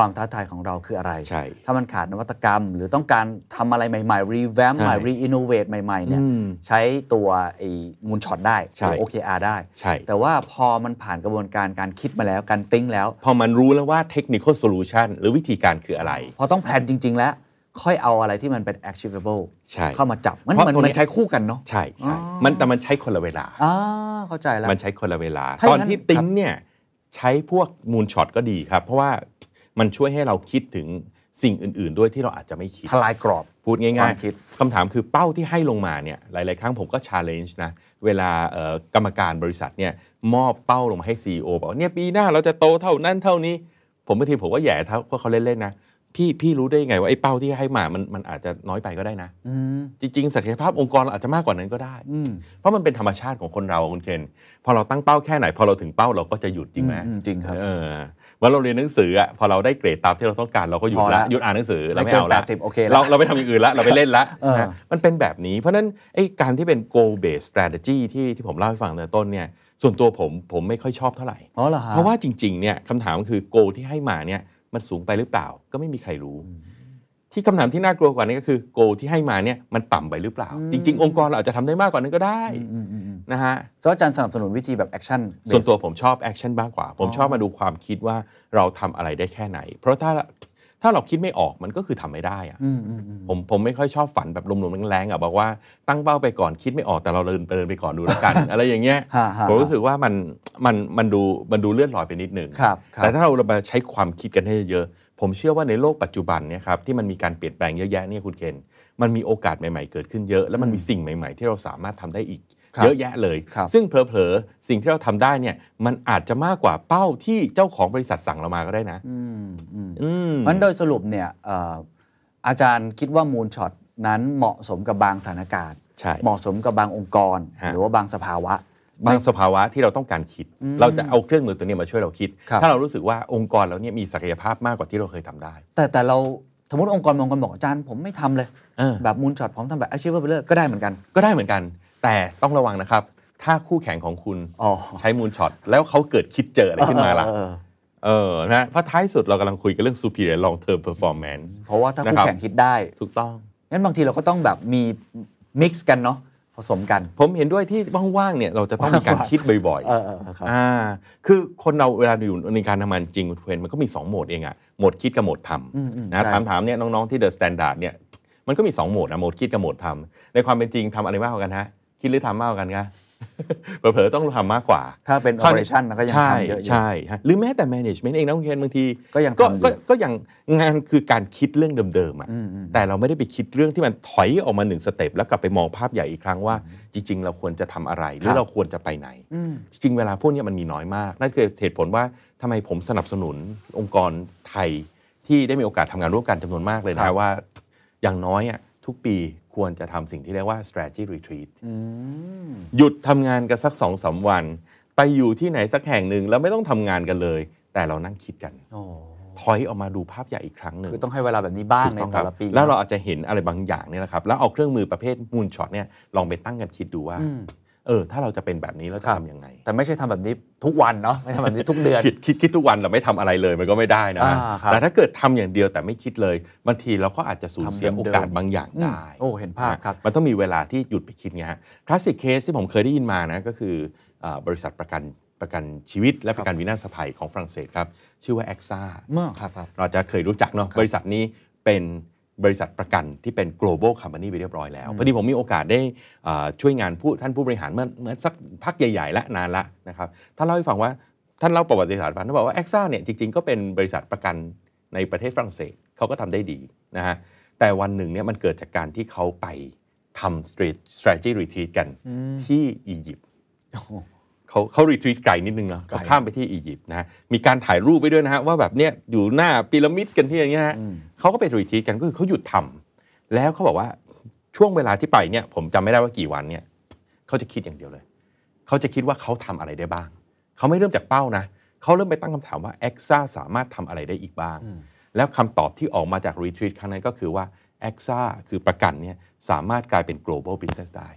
Speaker 2: ความท้าทายของเราคืออะไร
Speaker 1: ใช่
Speaker 2: ถ้ามันขาดนวัตกรรม หรือต้องการทำอะไรใหม่ ๆ รีแวม
Speaker 1: ใช่
Speaker 2: ใหม่ รีอินโนเวทใหม่ ๆ เนี่ย
Speaker 1: อืม
Speaker 2: ใช้ตัวไอ้มูลช็อตได้
Speaker 1: ใช่
Speaker 2: โอเคอาได้
Speaker 1: ใช่
Speaker 2: แต่ว่าพอมันผ่านกระบวนการการคิดมาแล้ว การติ้งแล้ว
Speaker 1: พอมันรู้แล้วว่าเทคนิค o l โซลูชันหรือวิธีการคืออะไร
Speaker 2: พอต้องแพลนจริง ๆ แล้ว ค่อยเอาอะไรที่มันเป็น achievable
Speaker 1: ใช่
Speaker 2: เข้ามาจับ มัน
Speaker 1: เพราะ
Speaker 2: มัน
Speaker 1: ตัวเนี้
Speaker 2: มั
Speaker 1: ย
Speaker 2: นใช้คู่กันเนาะ
Speaker 1: ใช่ใช่มันแต่มันใช้คนละเวลา
Speaker 2: อ่าเข้าใจแล้ว
Speaker 1: มันใช้คนละเวลา
Speaker 2: ถ้า
Speaker 1: ตอย่
Speaker 2: อาน งนั้น
Speaker 1: ที่ติ้งเนี่ยใช้พวกมูลช็อตก็ดีครับ เพราะว่ามันช่วยให้เราคิดถึงสิ่งอื่น ๆ ด้วยที่เราอาจจะไม่คิด
Speaker 2: ทลายกรอบ
Speaker 1: พูดง่าย
Speaker 2: ความคิด
Speaker 1: ๆ คำถามคือเป้าที่ให้ลงมาเนี่ยหลาย ๆ ครั้งผมก็ชาเลนจ์นะ เวลาเอ่อกรรมการบริษัทเนี่ยมอบเป้าลงมาให้ CEO บอกว่าเนี่ยปีหน้าเราจะโตเท่านั้นเท่านี้ ผมบางทีผมก็แหย่เท่าพวกเขาเล่น ๆ นะ พี่พี่รู้ได้ยังไงว่าไอ้เป้าที่ให้มามันมันอาจจะน้อยไปก็ได้นะ
Speaker 2: อืม
Speaker 1: จริง ๆ ศักยภาพองค์กรเราอาจจะมากกว่านั้นก็ได้
Speaker 2: อืม
Speaker 1: เพราะมันเป็นธรรมชาติของคนเราคุณเคนพอเราตั้งเป้าแค่ไหน พอเราถึงเป้าเราก็จะหยุดจริงไหม
Speaker 2: อืมจริงครับ
Speaker 1: เออเมื่อเราเรียนหนังสืออะพอเราได้เกรดตามที่เราต้องการเราก็หยุด
Speaker 2: พอ
Speaker 1: ละ
Speaker 2: ละ
Speaker 1: หยุดอ่านหนังสือเรา
Speaker 2: ไม่
Speaker 1: ไม่
Speaker 2: เกิน
Speaker 1: เอาละ
Speaker 2: 80โอเคละ
Speaker 1: เราเราไปทำอย่างอื่นละเราไปเล่นละ
Speaker 2: เออ
Speaker 1: นะมันเป็นแบบนี้ เพราะฉะนั้นไอ้การที่เป็น goal based strategy ที่ที่ผมเล่าให้ฟังในต้นเนี่ยส่วนตัวผมผมไม่ค่อยชอบเท่าไหร่
Speaker 2: อ๋อเหรอฮะ
Speaker 1: เพราะว่าจริงๆ เนี่ยคำถามคือ goal ที่ให้มาเนี่ยมันสูงไปหรือเปล่าก็ไม่มีใครรู้ ที่คำถามที่น่ากลัวกว่านี้ก็คือ goal ที่ให้มาเนี่ยมันต่ำไปหรือเปล่า จริง ๆ องค์กรเราอาจจะทำได้มากกว่านั้นก็ได้
Speaker 2: อืมอืมอืม
Speaker 1: นะฮะ
Speaker 2: ซึ่งอาจารย์สนับสนุนวิธีแบบแอคชั่น
Speaker 1: ส่วนตัวผมชอบแอคชั่นมากกว่า ผมชอบมาดูความคิดว่าเราทำอะไรได้แค่ไหน เพราะถ้าถ้าเราคิดไม่ออกมันก็คือทำไม่ได้อะผมผมไม่ค่อยชอบฝันแบบลมๆแรงๆอ่ะบอกว่าตั้งเป้าไปก่อนคิดไม่ออกแต่เราเดินไปเดินไปก่อนดูแล้ว กัน อะไรอย่างเงี้ย
Speaker 2: ฮะฮะ
Speaker 1: ผมรู้สึกว่ามันมันมันดูมันดูเลื่อนลอยไปนิดหนึ่ง
Speaker 2: ครับครับ
Speaker 1: แต่ถ้าเรามาใช้ความคิดกันให้เยอะๆผมเชื่อว่าในโลกปัจจุบันเนี่ยครับที่มันมีการเปลี่ยนแปลงเยอะแยะเนี่ยคุณเคนมันมีโอกาสใหม่ ๆ เกิดขึ้นเยอะ แล้วมันมีสิ่งใหม่ ๆ ที่เราสามารถทำได้อีก
Speaker 2: ครับ
Speaker 1: เยอะแยะเลย
Speaker 2: ครับ
Speaker 1: ซึ่งเผลอๆ สิ่งที่เราทำได้เนี่ยมันอาจจะมากกว่าเป้าที่เจ้าของบริษัทสั่งเรามาก็ได้นะ
Speaker 2: อืมอืม
Speaker 1: อืม
Speaker 2: มันโดยสรุปเนี่ยเอ่ออาจารย์คิดว่ามูลช็อตนั้นเหมาะสมกับบางสถานการณ์
Speaker 1: ใช่
Speaker 2: เหมาะสมกับบางองค์กร
Speaker 1: ฮะ
Speaker 2: หรือว่าบางสภาวะ
Speaker 1: บางสภาวะที่เราต้องการคิด เราจะเอาเครื่องมือตัวเนี้มาช่วยเราคิด
Speaker 2: ครับ
Speaker 1: ถ้าเรารู้สึกว่าองค์กรเราเนี่ยมีศักยภาพมากกว่าที่เราเคยทำได้
Speaker 2: แต่แต่เราสมมติองค์กรบางองค์กรบอกอาจารย์ผมไม่ทำเลย
Speaker 1: เออ
Speaker 2: แบบมูลช็อตผมทำแบบอาชีพไปเลยก็ได้เหมือนกัน
Speaker 1: ก็ได้เหมือนกัน แต่ต้องระวังนะครับ ถ้าคู่แข่งของคุณ
Speaker 2: อ๋อ
Speaker 1: ใช้มูลช็อตแล้วเขาเกิดคิดเจออะไรขึ้นมาล่ะ
Speaker 2: เออ
Speaker 1: เออนะเพราะท้ายสุดเรากำลังคุยกันเรื่อง superior long term performance
Speaker 2: เพราะว่าถ้า
Speaker 1: นะ
Speaker 2: คู่
Speaker 1: ครับ
Speaker 2: แข่งคิดได้
Speaker 1: ถูกต้อง
Speaker 2: งั้นบางทีเราก็ต้องแบบมีมิกซ์กันเนาะผสมกัน
Speaker 1: ผมเห็นด้วยที่ว่างๆเนี่ยเราจะต้องมีการคิดบ่อยๆ
Speaker 2: เออเออเออครับ
Speaker 1: อ่าคือคนเราเวลาอยู่ในการทำงานจริงคุณเพนมันก็มี 2 โหมดเองอะโหมดคิดกับโหมดท
Speaker 2: อืมอืม
Speaker 1: ำนะ
Speaker 2: ใช่
Speaker 1: ถามถามเนี่ยน้องๆที่เดอะสแตนดาร์ดเนี่ยมันก็มี 2 โหมดนะโหมดคิดกับโหมดทำในความเป็นจริงทำอะไรมากกว่ากันฮะคิดหรือทำมากกว่ากันคะ เผลอๆต้องทำมากกว่า
Speaker 2: ถ้าเป็น
Speaker 1: คราว
Speaker 2: operation มันก็ยัง
Speaker 1: ใช่
Speaker 2: ทำเยอะอยู่
Speaker 1: ใช่ฮะหรือแม้แต่ management เองนะคุณเคนบางที
Speaker 2: ก็ยังทำอยู่
Speaker 1: ก็ก็ยังงานคือการคิดเรื่องเดิมๆอะ
Speaker 2: อืมอืม
Speaker 1: แต่เราไม่ได้ไปคิดเรื่องที่มันถอยออกมาหนึ่งสเต็ปแล้วกลับไปมองภาพใหญ่อีกครั้งว่าจริง ๆ เราควรจะทำอะไรหรือเราควรจะไปไหน
Speaker 2: อืม
Speaker 1: จริงๆเวลาพวกเนี้ยมันมีน้อยมาก นั่นคือเหตุผลว่าทำไมผมสนับสนุนองค์กรไทยที่ได้มีโอกาสทำงานร่วมกันจำนวนมากเลย
Speaker 2: ครั
Speaker 1: นะ
Speaker 2: บ
Speaker 1: ว่า อย่างน้อยอ่ะทุกปีควรจะทำสิ่งที่เรียกว่า strategy retreat
Speaker 2: อืม
Speaker 1: หยุดทำงานกันสัก2อสาวัน ไปอยู่ที่ไหนสักแห่งหนึ่งแล้วไม่ต้องทำงานกันเลย แต่เรานั่งคิดกัน ถอยออกมาดูภาพใหญ่อีกครั้งหนึ่ง
Speaker 2: คือต้องให้เวลาแบบนี้บ้าง
Speaker 1: ถูก
Speaker 2: ใน
Speaker 1: ต้องค
Speaker 2: แต่
Speaker 1: รับ
Speaker 2: ละปี
Speaker 1: แล้วเราอาจจะเห็นอะไรบางอย่างเนี่ยนะครับแล้วเอาเครื่องมือประเภทมูลช็อตเนี่ยลองไปตั้งกันคิดดูว่า
Speaker 2: อืม
Speaker 1: เออถ้าเราจะเป็นแบบนี้เรา
Speaker 2: ครั
Speaker 1: จะ
Speaker 2: บ
Speaker 1: ทำยังไง
Speaker 2: แต่ไม่ใช่ทำแบบนี้ทุกวันเนาะไม่ทำแบบนี้ทุกเดือน
Speaker 1: คิดคิดคิดทุกวันเราไม่ทำอะไรเลยมันก็ไม่ได้นะ
Speaker 2: อ่าครับ
Speaker 1: แต่ถ้าเกิดทำอย่างเดียวแต่ไม่คิดเลยบางทีเราก็อาจจะสูญ
Speaker 2: ทำ
Speaker 1: เสียโอกาส
Speaker 2: เดิมๆ
Speaker 1: บางอย่าง
Speaker 2: อืม
Speaker 1: ได้
Speaker 2: โอ้เห็นภาพ
Speaker 1: ะ
Speaker 2: ครับ
Speaker 1: มันต้องมีเวลาที่หยุดไปคิดไงฮะคลาสสิกเคสที่ผมเคยได้ยินมานะก็คืออ่าบริษัทประกันประกันชีวิต และประกันวินาศภัยของฝรั่งเศสครับ ชื่อว่า a อ a ซ่า
Speaker 2: เมื่อครับครับ
Speaker 1: เราจะเคยรู้จักเนาะบริษัทนี้เป็น บริษัทประกันที่เป็น global company ไปเรียบร้อยแล้ว พอดีผมมีโอกาสได้เอ่อช่วยงานผู้ท่านผู้บริหารเมื่อเมื่อสักพักใหญ่ ๆ และนานละนะครับท่านเล่าให้ฟังว่าท่านเล่าประวัติศาสตร์ฟังท่านบอกว่าแอคซ่าเนี่ยจริง ๆ ก็เป็นบริษัทประกันในประเทศฝรั่งเศสเขาก็ทำได้ดีนะฮะแต่วันหนึ่งเนี่ยมันเกิดจากการที่เขาไปทำ strat- strategy retreat กันที่อียิปต์ เขาเขารีทวีตไกลนิดนึงเนาะเขาข้ามไปที่อียิปต์นะฮะมีการถ่ายรูปไปด้วยนะฮะว่าแบบเนี้ยอยู่หน้าพีระมิดกันที่อย่างเงี้ยนะฮะเขาก็ไปรีทวีตกันก็คือเขาหยุดทำแล้วเขาบอกว่าช่วงเวลาที่ไปเนี่ยผมจำไม่ได้ว่ากี่วันเนี่ยเขาจะคิดอย่างเดียวเลย เขาจะคิดว่าเขาทำอะไรได้บ้าง เขาไม่เริ่มจากเป้านะ เขาเริ่มไปตั้งคำถามว่า e x a สามารถทำอะไรได้อีกบ้าง แล้วคำตอบที่ออกมาจากรีทวีตครั้งนั้นก็คือว่า e x a คือประกันเนี่ยสามารถกลายเป็น global business ได้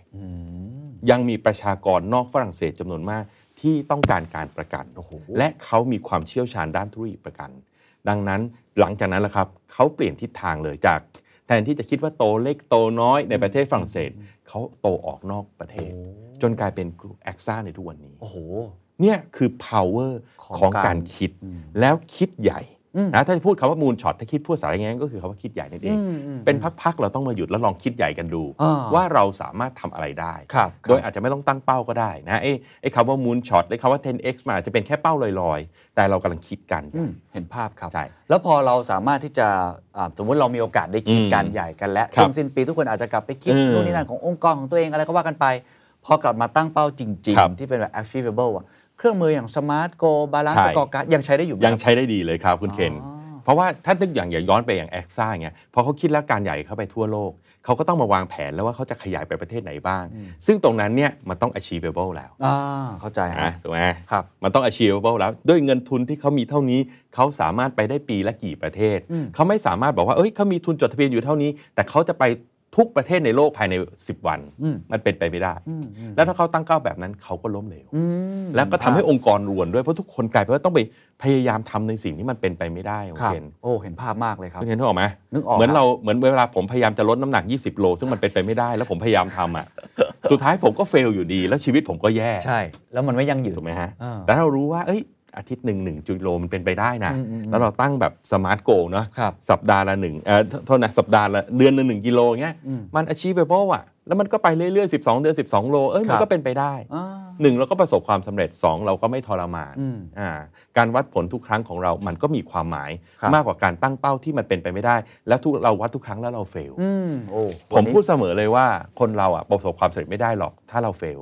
Speaker 1: ยังมีประชากรนอกฝรั่งเศสจำนวนมากที่ต้องการการประกัน และเขามีความเชี่ยวชาญด้านธุรกิจประกัน ดังนั้นหลังจากนั้นแหละครับเขาเปลี่ยนทิศทางเลยจาก แทนที่จะคิดว่าโตเล็กโตน้อยในประเทศฝรั่งเศสเขาโตออกนอกประเทศ จนกลายเป็นกลุ่มแอคซ่าในทุกวันนี้
Speaker 2: โอ้โห
Speaker 1: เนี่ยคือ power
Speaker 2: ของ
Speaker 1: ของ
Speaker 2: การ
Speaker 1: การคิดแล้วคิดใหญ่นะถ้าจะพูดคำว่ามูลช็อตถ้าคิดพูดสายง่ายๆก็คือคำว่าคิดใหญ่นั่นเอง เป็นพักๆเราต้องมาหยุดแล้วลองคิดใหญ่กันดู
Speaker 2: อ่า
Speaker 1: ว่าเราสามารถทำอะไรได้
Speaker 2: ครับ
Speaker 1: โดยอาจจะไม่ต้องตั้งเป้าก็ได้นะไอ้ไอ้คำว่ามูลช็อตไอ้คำว่า 10x มาอาจจะเป็นแค่เป้าลอยๆ แต่เรากำลังคิดกัน
Speaker 2: อืมเห็นภาพครับ
Speaker 1: ใช่
Speaker 2: แล้วพอเราสามารถที่จะอ่าสมมติเรามีโอกาสได้คิด
Speaker 1: อืม
Speaker 2: การใหญ่กันแล้ว
Speaker 1: ครับ
Speaker 2: ช่วงสิ้นปีทุกคนอาจจะกลับไปคิด
Speaker 1: อืม
Speaker 2: นู่นนี่นั่นขององค์กรของตัวเองอะไรก็ว่ากันไป พอกลับมาตั้งเป้าจริง
Speaker 1: ครับ
Speaker 2: ๆ ที่เป็นแบบ achievable อะเครื่องมืออย่างสมาร์ทโกบาลานซ์
Speaker 1: ใช่
Speaker 2: สกอร์การ์ดยังใช้ได้อยู่ไหม
Speaker 1: ยัง
Speaker 2: ครับ
Speaker 1: ใช้ได้ดีเลยครับคุณเคน
Speaker 2: อ๋อ
Speaker 1: เพราะว่าถ้าตึกอย่างอย่าย้อนไปอย่างแอคซ่าเงี้ยพอเขาคิดแล้วการใหญ่เข้าไปทั่วโลก เขาก็ต้องมาวางแผนแล้วว่าเขาจะขยายไปประเทศไหนบ้าง ซึ่งตรงนั้นเนี่ยมันต้อง achievable แล้ว
Speaker 2: อ่าเข้าใจฮะ
Speaker 1: นะถูกไหม
Speaker 2: ครับ
Speaker 1: มันต้อง achievable แล้ว ด้วยเงินทุนที่เขามีเท่านี้ เขาสามารถไปได้ปีละกี่ประเทศ เขาไม่สามารถบอกว่า เอ้ยเขามีทุนจดทะเบียนอยู่เท่านี้ แต่เขาจะไปทุกประเทศในโลกภายใน 10 วัน
Speaker 2: อืม
Speaker 1: มันเป็นไปไม่ได้
Speaker 2: อืมอืม
Speaker 1: แล้วถ้าเขาตั้งเก้าแบบนั้นเขาก็ล้มเหลว
Speaker 2: อืม
Speaker 1: แล้วก็ทำให้องค์กรรวนด้วย เพราะทุกคนกลายเป็นว่าต้องไปพยายามทำในสิ่งที่มันเป็นไปไม่ได้คุณ
Speaker 2: ครับ
Speaker 1: เคน
Speaker 2: โอ้ เห็นภาพมากเลยครับ
Speaker 1: คุณเคนนึกออกไหม
Speaker 2: นึกออก
Speaker 1: เหมือน
Speaker 2: ครับ
Speaker 1: เรา เหมือนเวลาผมพยายามจะลดน้ำหนัก 20 โล ซึ่งมันเป็นไปไม่ได้ แล้วผมพยายามทำอ่ะ สุดท้ายผมก็เฟลอยู่ดี แล้วชีวิตผมก็แย่
Speaker 2: ใช่ แล้วมันไม่ยั่งยืน
Speaker 1: ถูกไหมฮะ
Speaker 2: อ่า
Speaker 1: แต่ถ้าเรารู้ว่า เอ้ย อาทิตย์หนึ่งหนึ่งจุดโลมันเป็นไปได้นะ
Speaker 2: อืมอืมอืม
Speaker 1: แล้วเราตั้งแบบสมาร์ทโกเนาะ
Speaker 2: ครับ
Speaker 1: สัปดาห์ละหนึ่งเอ่อโทโทษนะ สัปดาห์ละเดือนละหนึ่งกิโลเงี้ย มัน achievable อ่ะ แล้วมันก็ไปเรื่อยๆ 12 เดือน 12 โล เอ้ย
Speaker 2: ครับ
Speaker 1: มันก็เป็นไปได้
Speaker 2: อ่า
Speaker 1: หนึ่งเราก็ประสบความสำเร็จ 2 เราก็ไม่ทรมาน
Speaker 2: อืม
Speaker 1: อ่าการวัดผลทุกครั้งของเรามันก็มีความหมาย
Speaker 2: ครับ
Speaker 1: มากกว่าการตั้งเป้าที่มันเป็นไปไม่ได้ แล้วทุกเราวัดทุกครั้งแล้วเราเฟล
Speaker 2: อืมโอ้
Speaker 1: ผมพูด
Speaker 2: วันนี้
Speaker 1: เสมอเลยว่าคนเราอ่ะประสบความสำเร็จไม่ได้หรอกถ้าเราเฟล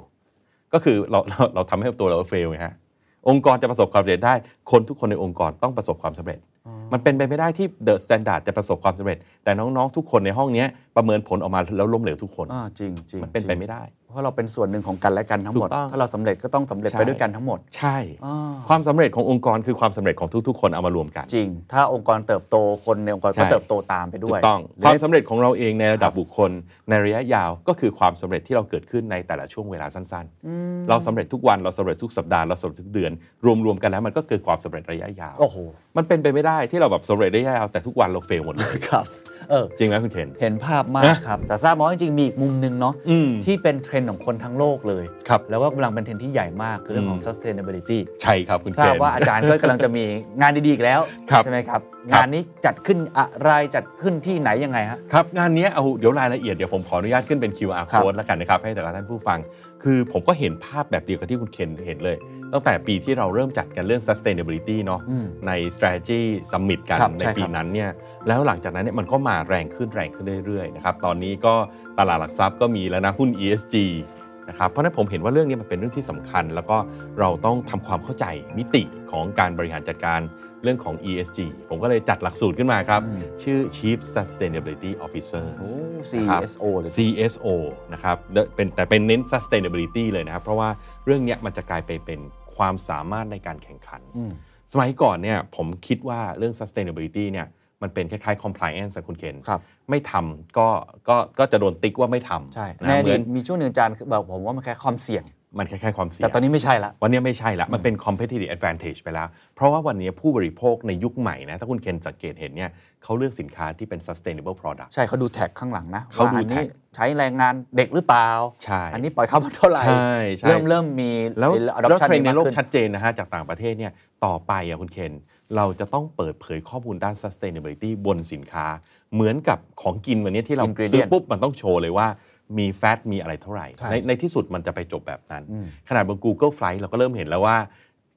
Speaker 1: ก็คือ เราเราเราทำให้ตัวเราเฟลไงฮะองค์กรจะประสบความสำเร็จได้ คนทุกคนในองค์กรต้องประสบความสำเร็จ มันเป็นไปไม่ได้ที่เดอะสแตนดาร์ดจะประสบความสำเร็จ แต่น้องๆ ทุกคนในห้องเนี้ยประเมินผลออกมาแล้วล้มเหลวทุกคน
Speaker 2: อ่าจริงจริง
Speaker 1: มันเป็นไปไม่ได้
Speaker 2: เพราะเราเป็นส่วนหนึ่งของกันและกันทั้งหมด
Speaker 1: ถูกต้อง
Speaker 2: ถ้าเราสำเร็จก็ต้องสำเร็จ
Speaker 1: ใช่
Speaker 2: ไปด้วยกันทั้งหมด
Speaker 1: ใช่
Speaker 2: อ่า
Speaker 1: ความสำเร็จขององค์กรคือความสำเร็จของทุกๆ คนเอามารวมกัน
Speaker 2: จริง ถ้าองค์กรเติบโตคนในองค์กร
Speaker 1: ใช่
Speaker 2: ก็เติบโตตามไปด้
Speaker 1: ถู
Speaker 2: วย
Speaker 1: กต้อง
Speaker 2: หรื
Speaker 1: ความสำเร็จของเราเองในระดับบุคคลในระยะยาวก็คือความสำเร็จที่เราเกิดขึ้นในแต่ละช่วงเวลาสั้นๆ เราสำเร็จทุกวันเราสำเร็จทุกสัปดาห์เราสำเร็จทุกเดือน รวมๆกันแล้วมันก็เกิดความสำเร็จระยะยาว
Speaker 2: โอ้โห
Speaker 1: มันเป็นไปไม่ได้ที่เราแบบสำเร็จระยะยาวแต่ทุกวันเราเฟลหมดเลย
Speaker 2: ครับ เออ
Speaker 1: จริงไหมคุณเทน
Speaker 2: เห็นภาพมาก
Speaker 1: นะครับ
Speaker 2: แต่ทราบมาว่าจริงๆมีอีกมุมหนึ่งเนาะ
Speaker 1: อืม
Speaker 2: ที่เป็นเทรนด์ของคนทั้งโลกเลย
Speaker 1: ครับ
Speaker 2: แล้วก็กำลังเป็นเทรนด์ที่ใหญ่มากคือเรื่องของ
Speaker 1: อืม
Speaker 2: sustainability
Speaker 1: ใช่ครับคุณ
Speaker 2: ท
Speaker 1: เท
Speaker 2: ราบ
Speaker 1: น
Speaker 2: ว่าอาจารย์ก็กำลังจะมีงานดีๆอีกแล้ว
Speaker 1: ครับ
Speaker 2: ใช่ไหมครับ
Speaker 1: ครับ
Speaker 2: งานนี้จัดขึ้นอะไรจัดขึ้นที่ไหนยังไงฮะ
Speaker 1: ครับงานเนี้ยเอาเดี๋ยวรายละเอียดเดี๋ยวผมขออนุญาตขึ้นเป็น QR
Speaker 2: ครับ
Speaker 1: code แล้วกันนะครับ ให้แต่ละท่านผู้ฟัง คือผมก็เห็นภาพแบบเดียวกับที่คุณเคนเห็นเลย ตั้งแต่ปีที่เราเริ่มจัดกันเรื่อง sustainability เนาะ
Speaker 2: อืม
Speaker 1: ใน strategy summit กัน
Speaker 2: ครับ
Speaker 1: ใน
Speaker 2: ใช่ครับ
Speaker 1: ปีนั้นเนี่ยแล้วหลังจากนั้นเนี่ยมันก็มาแรงขึ้นแรงขึ้นเรื่อยๆนะครับตอนนี้ก็ตลาดหลักทรัพย์ก็มีแล้วนะหุ้น ESG นะครับเพราะฉะนั้นผมเห็นว่าเรื่องนี้มันเป็นเรื่องที่สำคัญ แล้วก็เราต้องทำความเข้าใจมิติของการบริหารจัดการเรื่องของ ESG ผมก็เลยจัดหลักสูตรขึ้นมาครับ
Speaker 2: อืม
Speaker 1: ชื่อ Chief Sustainability Officer
Speaker 2: โอ้
Speaker 1: นะครับ
Speaker 2: CSO เลย
Speaker 1: CSO นะครับเดอะเป็นแต่เป็นเน้น sustainability เลยนะครับ เพราะว่าเรื่องเนี้ยมันจะกลายไปเป็นความสามารถในการแข่งขัน
Speaker 2: อืม
Speaker 1: สมัยก่อนเนี่ยผมคิดว่าเรื่อง sustainability เนี่ยมันเป็นคล้ายๆ compliance อะคุณเคน
Speaker 2: ครับ
Speaker 1: ไม่ทำก็ก็ก็จะโดนติ๊กว่าไม่ทำ
Speaker 2: ใช่
Speaker 1: นะ
Speaker 2: แน่
Speaker 1: เห
Speaker 2: ดี
Speaker 1: มือน
Speaker 2: มีช่วงหนึ่งอาจารย์คือบอกผมว่ามันแค่ความเสี่ยง
Speaker 1: มันคล้ายๆความเสี่ยง
Speaker 2: แต่ตอนนี้ไม่ใช่ละ
Speaker 1: วันนี้ไม่ใช่ละ มันเป็น competitive advantage ไปแล้ว เพราะว่าวันนี้ผู้บริโภคในยุคใหม่นะ ถ้าคุณเคนสังเกตเห็นเนี่ยเขาเลือกสินค้าที่เป็น sustainable product
Speaker 2: ใช่เขาดูแท็กข้างหลังนะ
Speaker 1: เขาดู
Speaker 2: ว่อันนี้
Speaker 1: แท็ก
Speaker 2: ใช้แรงงานเด็กหรือเปล่า
Speaker 1: ใช่
Speaker 2: อันนี้ปล่อยเข้ามาเท่าไหร่
Speaker 1: ใช่ใช่
Speaker 2: เริ่มเริ่มมี
Speaker 1: แล้ว
Speaker 2: ไอ้
Speaker 1: แล้ว
Speaker 2: adoption
Speaker 1: เทรนด์ในโลก
Speaker 2: มากขึ้
Speaker 1: ชัดเจนนะฮะ จากต่างประเทศเนี่ยต่อไปอ่ะคุณเคน เราจะต้องเปิดเผยข้อมูลด้าน sustainability บนสินค้า เหมือนกับของกินวันนี้ที่เรา
Speaker 2: Ingredient
Speaker 1: ซื้อปุ๊บ มันต้องโชว์เลยว่ามีแฟตมีอะไรเท่าไหร่
Speaker 6: ใช่
Speaker 1: ในในที่สุดมันจะไปจบแบบนั้น ขนาดบน Google Flight เราก็เริ่มเห็นแล้วว่า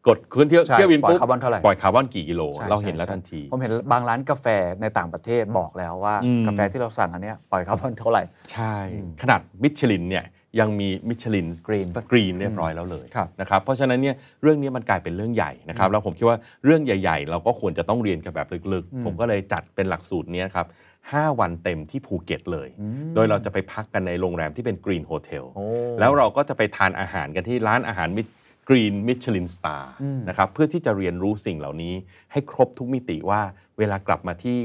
Speaker 1: กดขึ้นเที่ยว
Speaker 2: ใช่
Speaker 1: เที่ยวบิน
Speaker 2: ปล่อย
Speaker 1: ปุ๊บ
Speaker 2: คาร์บอนเท่าไหร่
Speaker 1: ปล่อยคาร์บอนกี่กิโล
Speaker 6: ใช่
Speaker 1: เราเห็นแล้ว
Speaker 6: ใช่
Speaker 1: ทันที
Speaker 2: ผมเห็นบางร้านกาแฟในต่างประเทศบอกแล้วว่า
Speaker 1: อืม
Speaker 2: กาแฟที่เราสั่งอันเนี้ยปล่อยคาร์บอนเท่าไหร่
Speaker 1: ใช่ ขนาดมิชลินเนี่ยยังมีมิชลิน
Speaker 2: Green
Speaker 1: กรีนเรียบร้อยแล้วเลย
Speaker 2: ครับ
Speaker 1: นะครับเพราะฉะนั้นเนี่ยเรื่องนี้มันกลายเป็นเรื่องใหญ่นะครับแล้วผมคิดว่าเรื่องใหญ่ ๆ เราก็ควรจะต้องเรียนกันแบบลึกๆ ผมก็เลยจัดเป็นหลักสูตรเนี้ยครับ5วันเต็มที่ภูเก็ตเลย โดยเราจะไปพักกันในโรงแรมที่เป็นกรีนโฮเทล
Speaker 2: โอ้
Speaker 1: แล้วเราก็จะไปทานอาหารกันที่ร้านอาหารมิกรีนมิชลินสตาร์นะครับเพื่อที่จะเรียนรู้สิ่งเหล่านี้ ให้ครบทุกมิติว่าเวลากลับมาที่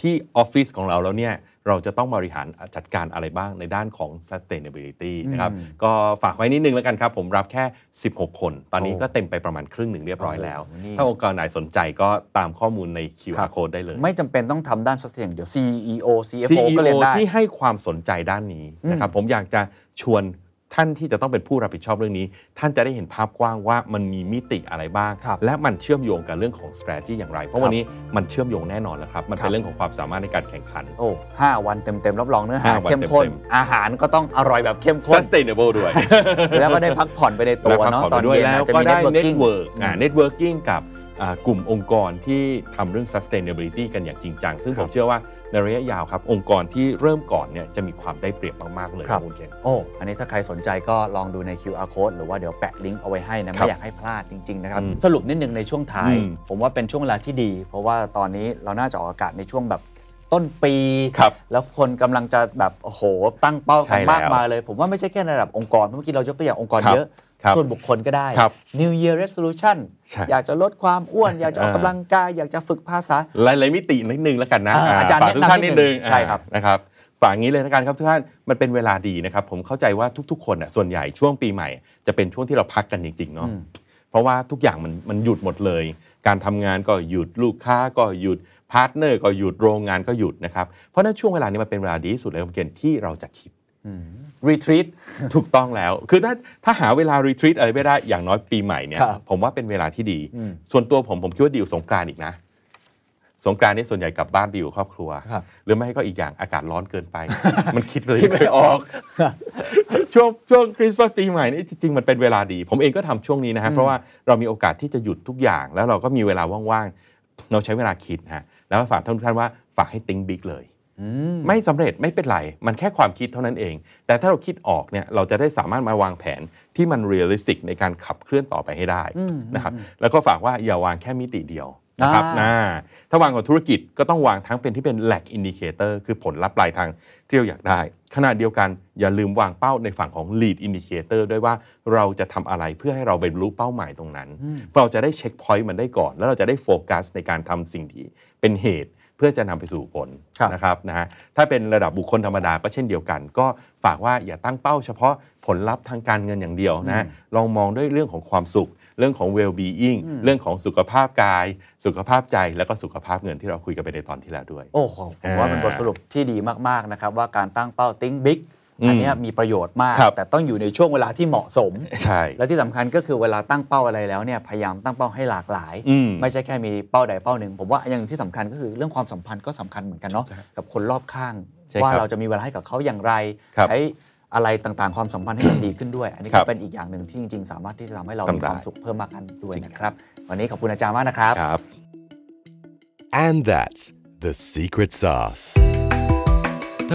Speaker 1: ที่ออฟฟิศของเราแล้วเนี่ยเราจะต้องบริหารจัดการอะไรบ้างในด้านของ sustainability นะครับก็ฝากไว้นิดนึงแล้วกันครับ ผมรับแค่ 16 คน ตอนนี้
Speaker 2: โอ้
Speaker 1: ก็เต็มไปประมาณครึ่งหนึ่งเรียบร้อยแล้ว
Speaker 2: โอ้โหนี่
Speaker 1: ถ้าองค์กรไหนสนใจก็ตามข้อมูลใน QR code ได้เลย
Speaker 2: ไม่จำเป็นต้องทำด้านสัเสียงเดี๋ยว CEO CFO
Speaker 1: CEO
Speaker 2: ก็เรียนได้
Speaker 1: ที่ให้ความสนใจด้านนี้นะครับผมอยากจะชวนท่านที่จะต้องเป็นผู้รับผิดชอบเรื่องนี้ ท่านจะได้เห็นภาพกว้างว่ามันมีมิติอะไรบ้าง
Speaker 2: ครับ
Speaker 1: และมันเชื่อมโยงกับเรื่องของ strategy อย่างไร เพราะ
Speaker 2: ครับ
Speaker 1: วันนี้มันเชื่อมโยงแน่นอนแล้วครับ มัน
Speaker 2: ค
Speaker 1: เป็น
Speaker 2: รับ
Speaker 1: เรื่องของความสามารถในการแข่งขัน
Speaker 2: โอ้ห้าวันเต็มๆ รับรองเนื้อหา
Speaker 1: ห้าวัน
Speaker 2: เข้มข้น
Speaker 1: เต็ม
Speaker 2: อาหารก็ต้องอร่อยแบบเข้มข้น
Speaker 1: sustainable ด้วย
Speaker 2: แล้วก็ได้พักผ่อนไปในตัว
Speaker 1: และพัก
Speaker 2: เนาะ
Speaker 1: ผ่อน
Speaker 2: ตอน
Speaker 1: ไปด้วย
Speaker 2: เย็น
Speaker 1: แล้วก็
Speaker 2: อาจจะมี
Speaker 1: ได้
Speaker 2: networking
Speaker 1: network อ่า networking กับอ่ากลุ่มองค์กรที่ทำเรื่อง sustainability กันอย่างจริงจัง ซึ่งผมเชื่อว่าในระยะยาวครับ องค์กรที่เริ่มก่อนเนี่ยจะมีความได้เปรียบมากๆเลย
Speaker 2: ครั
Speaker 1: ณ
Speaker 2: บ
Speaker 1: เคน
Speaker 2: โอ้ อันนี้ถ้าใครสนใจก็ลองดูใน QR code หรือว่าเดี๋ยวแปะลิงก์เอาไว้ให้นะ
Speaker 1: ครั
Speaker 2: ไม่
Speaker 1: บ
Speaker 2: อยากให้พลาดจริง ๆ นะครับ
Speaker 1: อืม
Speaker 2: สรุปนิดนึงในช่วงท้าย
Speaker 1: อืม
Speaker 2: ผมว่าเป็นช่วงเวลาที่ดี เพราะว่าตอนนี้เราน่าจะออกอากาศในช่วงแบบต้นปี
Speaker 1: ครับ
Speaker 2: แล้วคนกำลังจะแบบโอ้โห ตั้งเป้า
Speaker 1: ใช่
Speaker 2: กัน
Speaker 1: แล้ว
Speaker 2: มากมายเลย ผมว่าไม่ใช่แค่ในระดับองค์กรเพราะเมื่อกี้เรายกตัวอย่างองค์กร
Speaker 1: ครับ
Speaker 2: เยอะ
Speaker 1: ครับ
Speaker 2: ส่วนบุคคลก็ได้
Speaker 1: ครับ
Speaker 2: New Year Resolution
Speaker 1: ใช่
Speaker 2: อยากจะลดความอ้วน อยากจะออกกำลังกายอยากจะฝึกภาษา
Speaker 1: หลายๆมิตินิดนึงแล้วกันนะ
Speaker 2: อ่าอาจารย์
Speaker 1: ฝกทุกท่าน
Speaker 2: แนะนำนิ
Speaker 1: นิ
Speaker 2: ด
Speaker 1: ด
Speaker 2: นึ
Speaker 1: นึ
Speaker 2: ง
Speaker 1: ง
Speaker 2: ใช่ครับ
Speaker 1: อ่านะครับฝากอย่างนี้เลยนะกันครับทุกท่านมันเป็นเวลาดีนะครับ ผมเข้าใจว่าทุกๆ คนอ่ะส่วนใหญ่ช่วงปีใหม่ จะเป็นช่วงที่เราพักกันจริงๆเนาะเพราะว่าทุกอย่างมันมันหยุดหมดเลย การทำงานก็หยุดลูกค้าก็หยุดพาร์ทเนอร์ก็หยุดโรงงานก็หยุดนะครับเพราะฉะนั้นช่วงเวลานี้มันเป็นเวลาดีที่สุดเลยครับเกณฑ์ที่เราจะคิด
Speaker 2: Retreat
Speaker 1: ถูกต้องแล้ว คือถ้าถ้าหาเวลารีทรีตอะไรไม่ได้ อย่างน้อยปีใหม่เนี่ย
Speaker 2: ครับ
Speaker 1: ผมว่าเป็นเวลาที่ดี ส่วนตัวผมผมคิดว่าดีกว่าสงกรานต์อีกนะ สงกรานต์นี่ส่วนใหญ่กลับบ้านไปอยู่กับครอบครัว
Speaker 2: ครับ
Speaker 1: หรือไม่ก็อีกอย่างอากาศร้อนเกิน ไป มันคิดเลย
Speaker 2: คิดไม่ออก
Speaker 1: ช่วงช่วงคริสต์มาสปีใหม่นี่จริงๆ มันเป็นเวลาดี ผมเองก็ทำช่วงนี้นะฮะ เพราะว่าเรามีโอกาสที่จะหยุดทุกอย่าง แล้วเราก็มีเวลาว่างๆ เราใช้เวลาคิดฮะแล้วก็ฝากท่านทุกท่านว่าฝากให้ติ้งบิ๊กเลยไม่สำเร็จไม่เป็นไร มันแค่ความคิดเท่านั้นเอง แต่ถ้าเราคิดออกเนี่ยเราจะได้สามารถมาวางแผนที่มันเรียลลิสติกในการขับเคลื่อนต่อไปให้ได้นะครับแล้วก็ฝากว่าอย่าวางแค่มิติเดียวนะครับ
Speaker 2: อ่า
Speaker 1: นะ อ่าถ้าวางของธุรกิจก็ต้องวางทั้งเป็นที่เป็น lag indicator คือผลลัพธ์ปลายทางที่เราอยากได้ ขณะเดียวกันอย่าลืมวางเป้าในฝั่งของ lead indicator ด้วยว่าเราจะทำอะไรเพื่อให้เราไปรู้เป้าหมายตรงนั้น เราจะได้เช็คพอยต์มันได้ก่อน แล้วเราจะได้โฟกัสในการทำสิ่งที่เป็นเหตุ เพื่อจะนำไปสู่ผล
Speaker 2: ครับ
Speaker 1: นะครับนะฮะถ้าเป็นระดับบุคคลธรรมดาก็เช่นเดียวกัน ก็ฝากว่าอย่าตั้งเป้าเฉพาะผลลัพธ์ทางการเงินอย่างเดียวนะฮะลองมองด้วยเรื่องของความสุข เรื่องของ well being เรื่องของสุขภาพกาย สุขภาพใจแล้วก็สุขภาพเงินที่เราคุยกันไปในตอนที่แล้วด้วย
Speaker 2: โอ้โหผมว่า
Speaker 1: อ่า
Speaker 2: เป็นบทสรุปที่ดีมาก ๆ นะครับ ว่าการตั้งเป้า think big อันเนี้ยมีประโยชน์มาก
Speaker 1: ครับ
Speaker 2: แต่ต้องอยู่ในช่วงเวลาที่เหมาะสม
Speaker 1: ใช่
Speaker 2: และที่สำคัญก็คือเวลาตั้งเป้าอะไรแล้วเนี่ยพยายามตั้งเป้าให้หลากหลาย
Speaker 1: อืม
Speaker 2: ไม่ใช่แค่มีเป้าใดเป้าหนึ่ง ผมว่าอย่างที่สำคัญก็คือเรื่องความสัมพันธ์ก็สำคัญเหมือนกันเนาะกับคนรอบข้าง
Speaker 1: ใช่ครับ
Speaker 2: ว่าเราจะมีเวลาให้กับเขาอย่างไร
Speaker 1: ครับ
Speaker 2: ใช้อะไรต่างๆ ความสัมพันธ์ให้มันดีขึ้นด้วย อันนี้
Speaker 1: ครั
Speaker 2: ก็
Speaker 1: บ
Speaker 2: เป็นอีกอย่างหนึ่งที่จริง ๆ สามารถที่จะทำให้เรา
Speaker 1: ทำ
Speaker 2: มี
Speaker 1: ได้
Speaker 2: ความสุขเพิ่มมากขึ้นด้วยนะครับวันนี้ขอบคุณอาจารย์มากนะครับ
Speaker 1: ครับ
Speaker 4: And that's the secret sauce.
Speaker 7: ถ้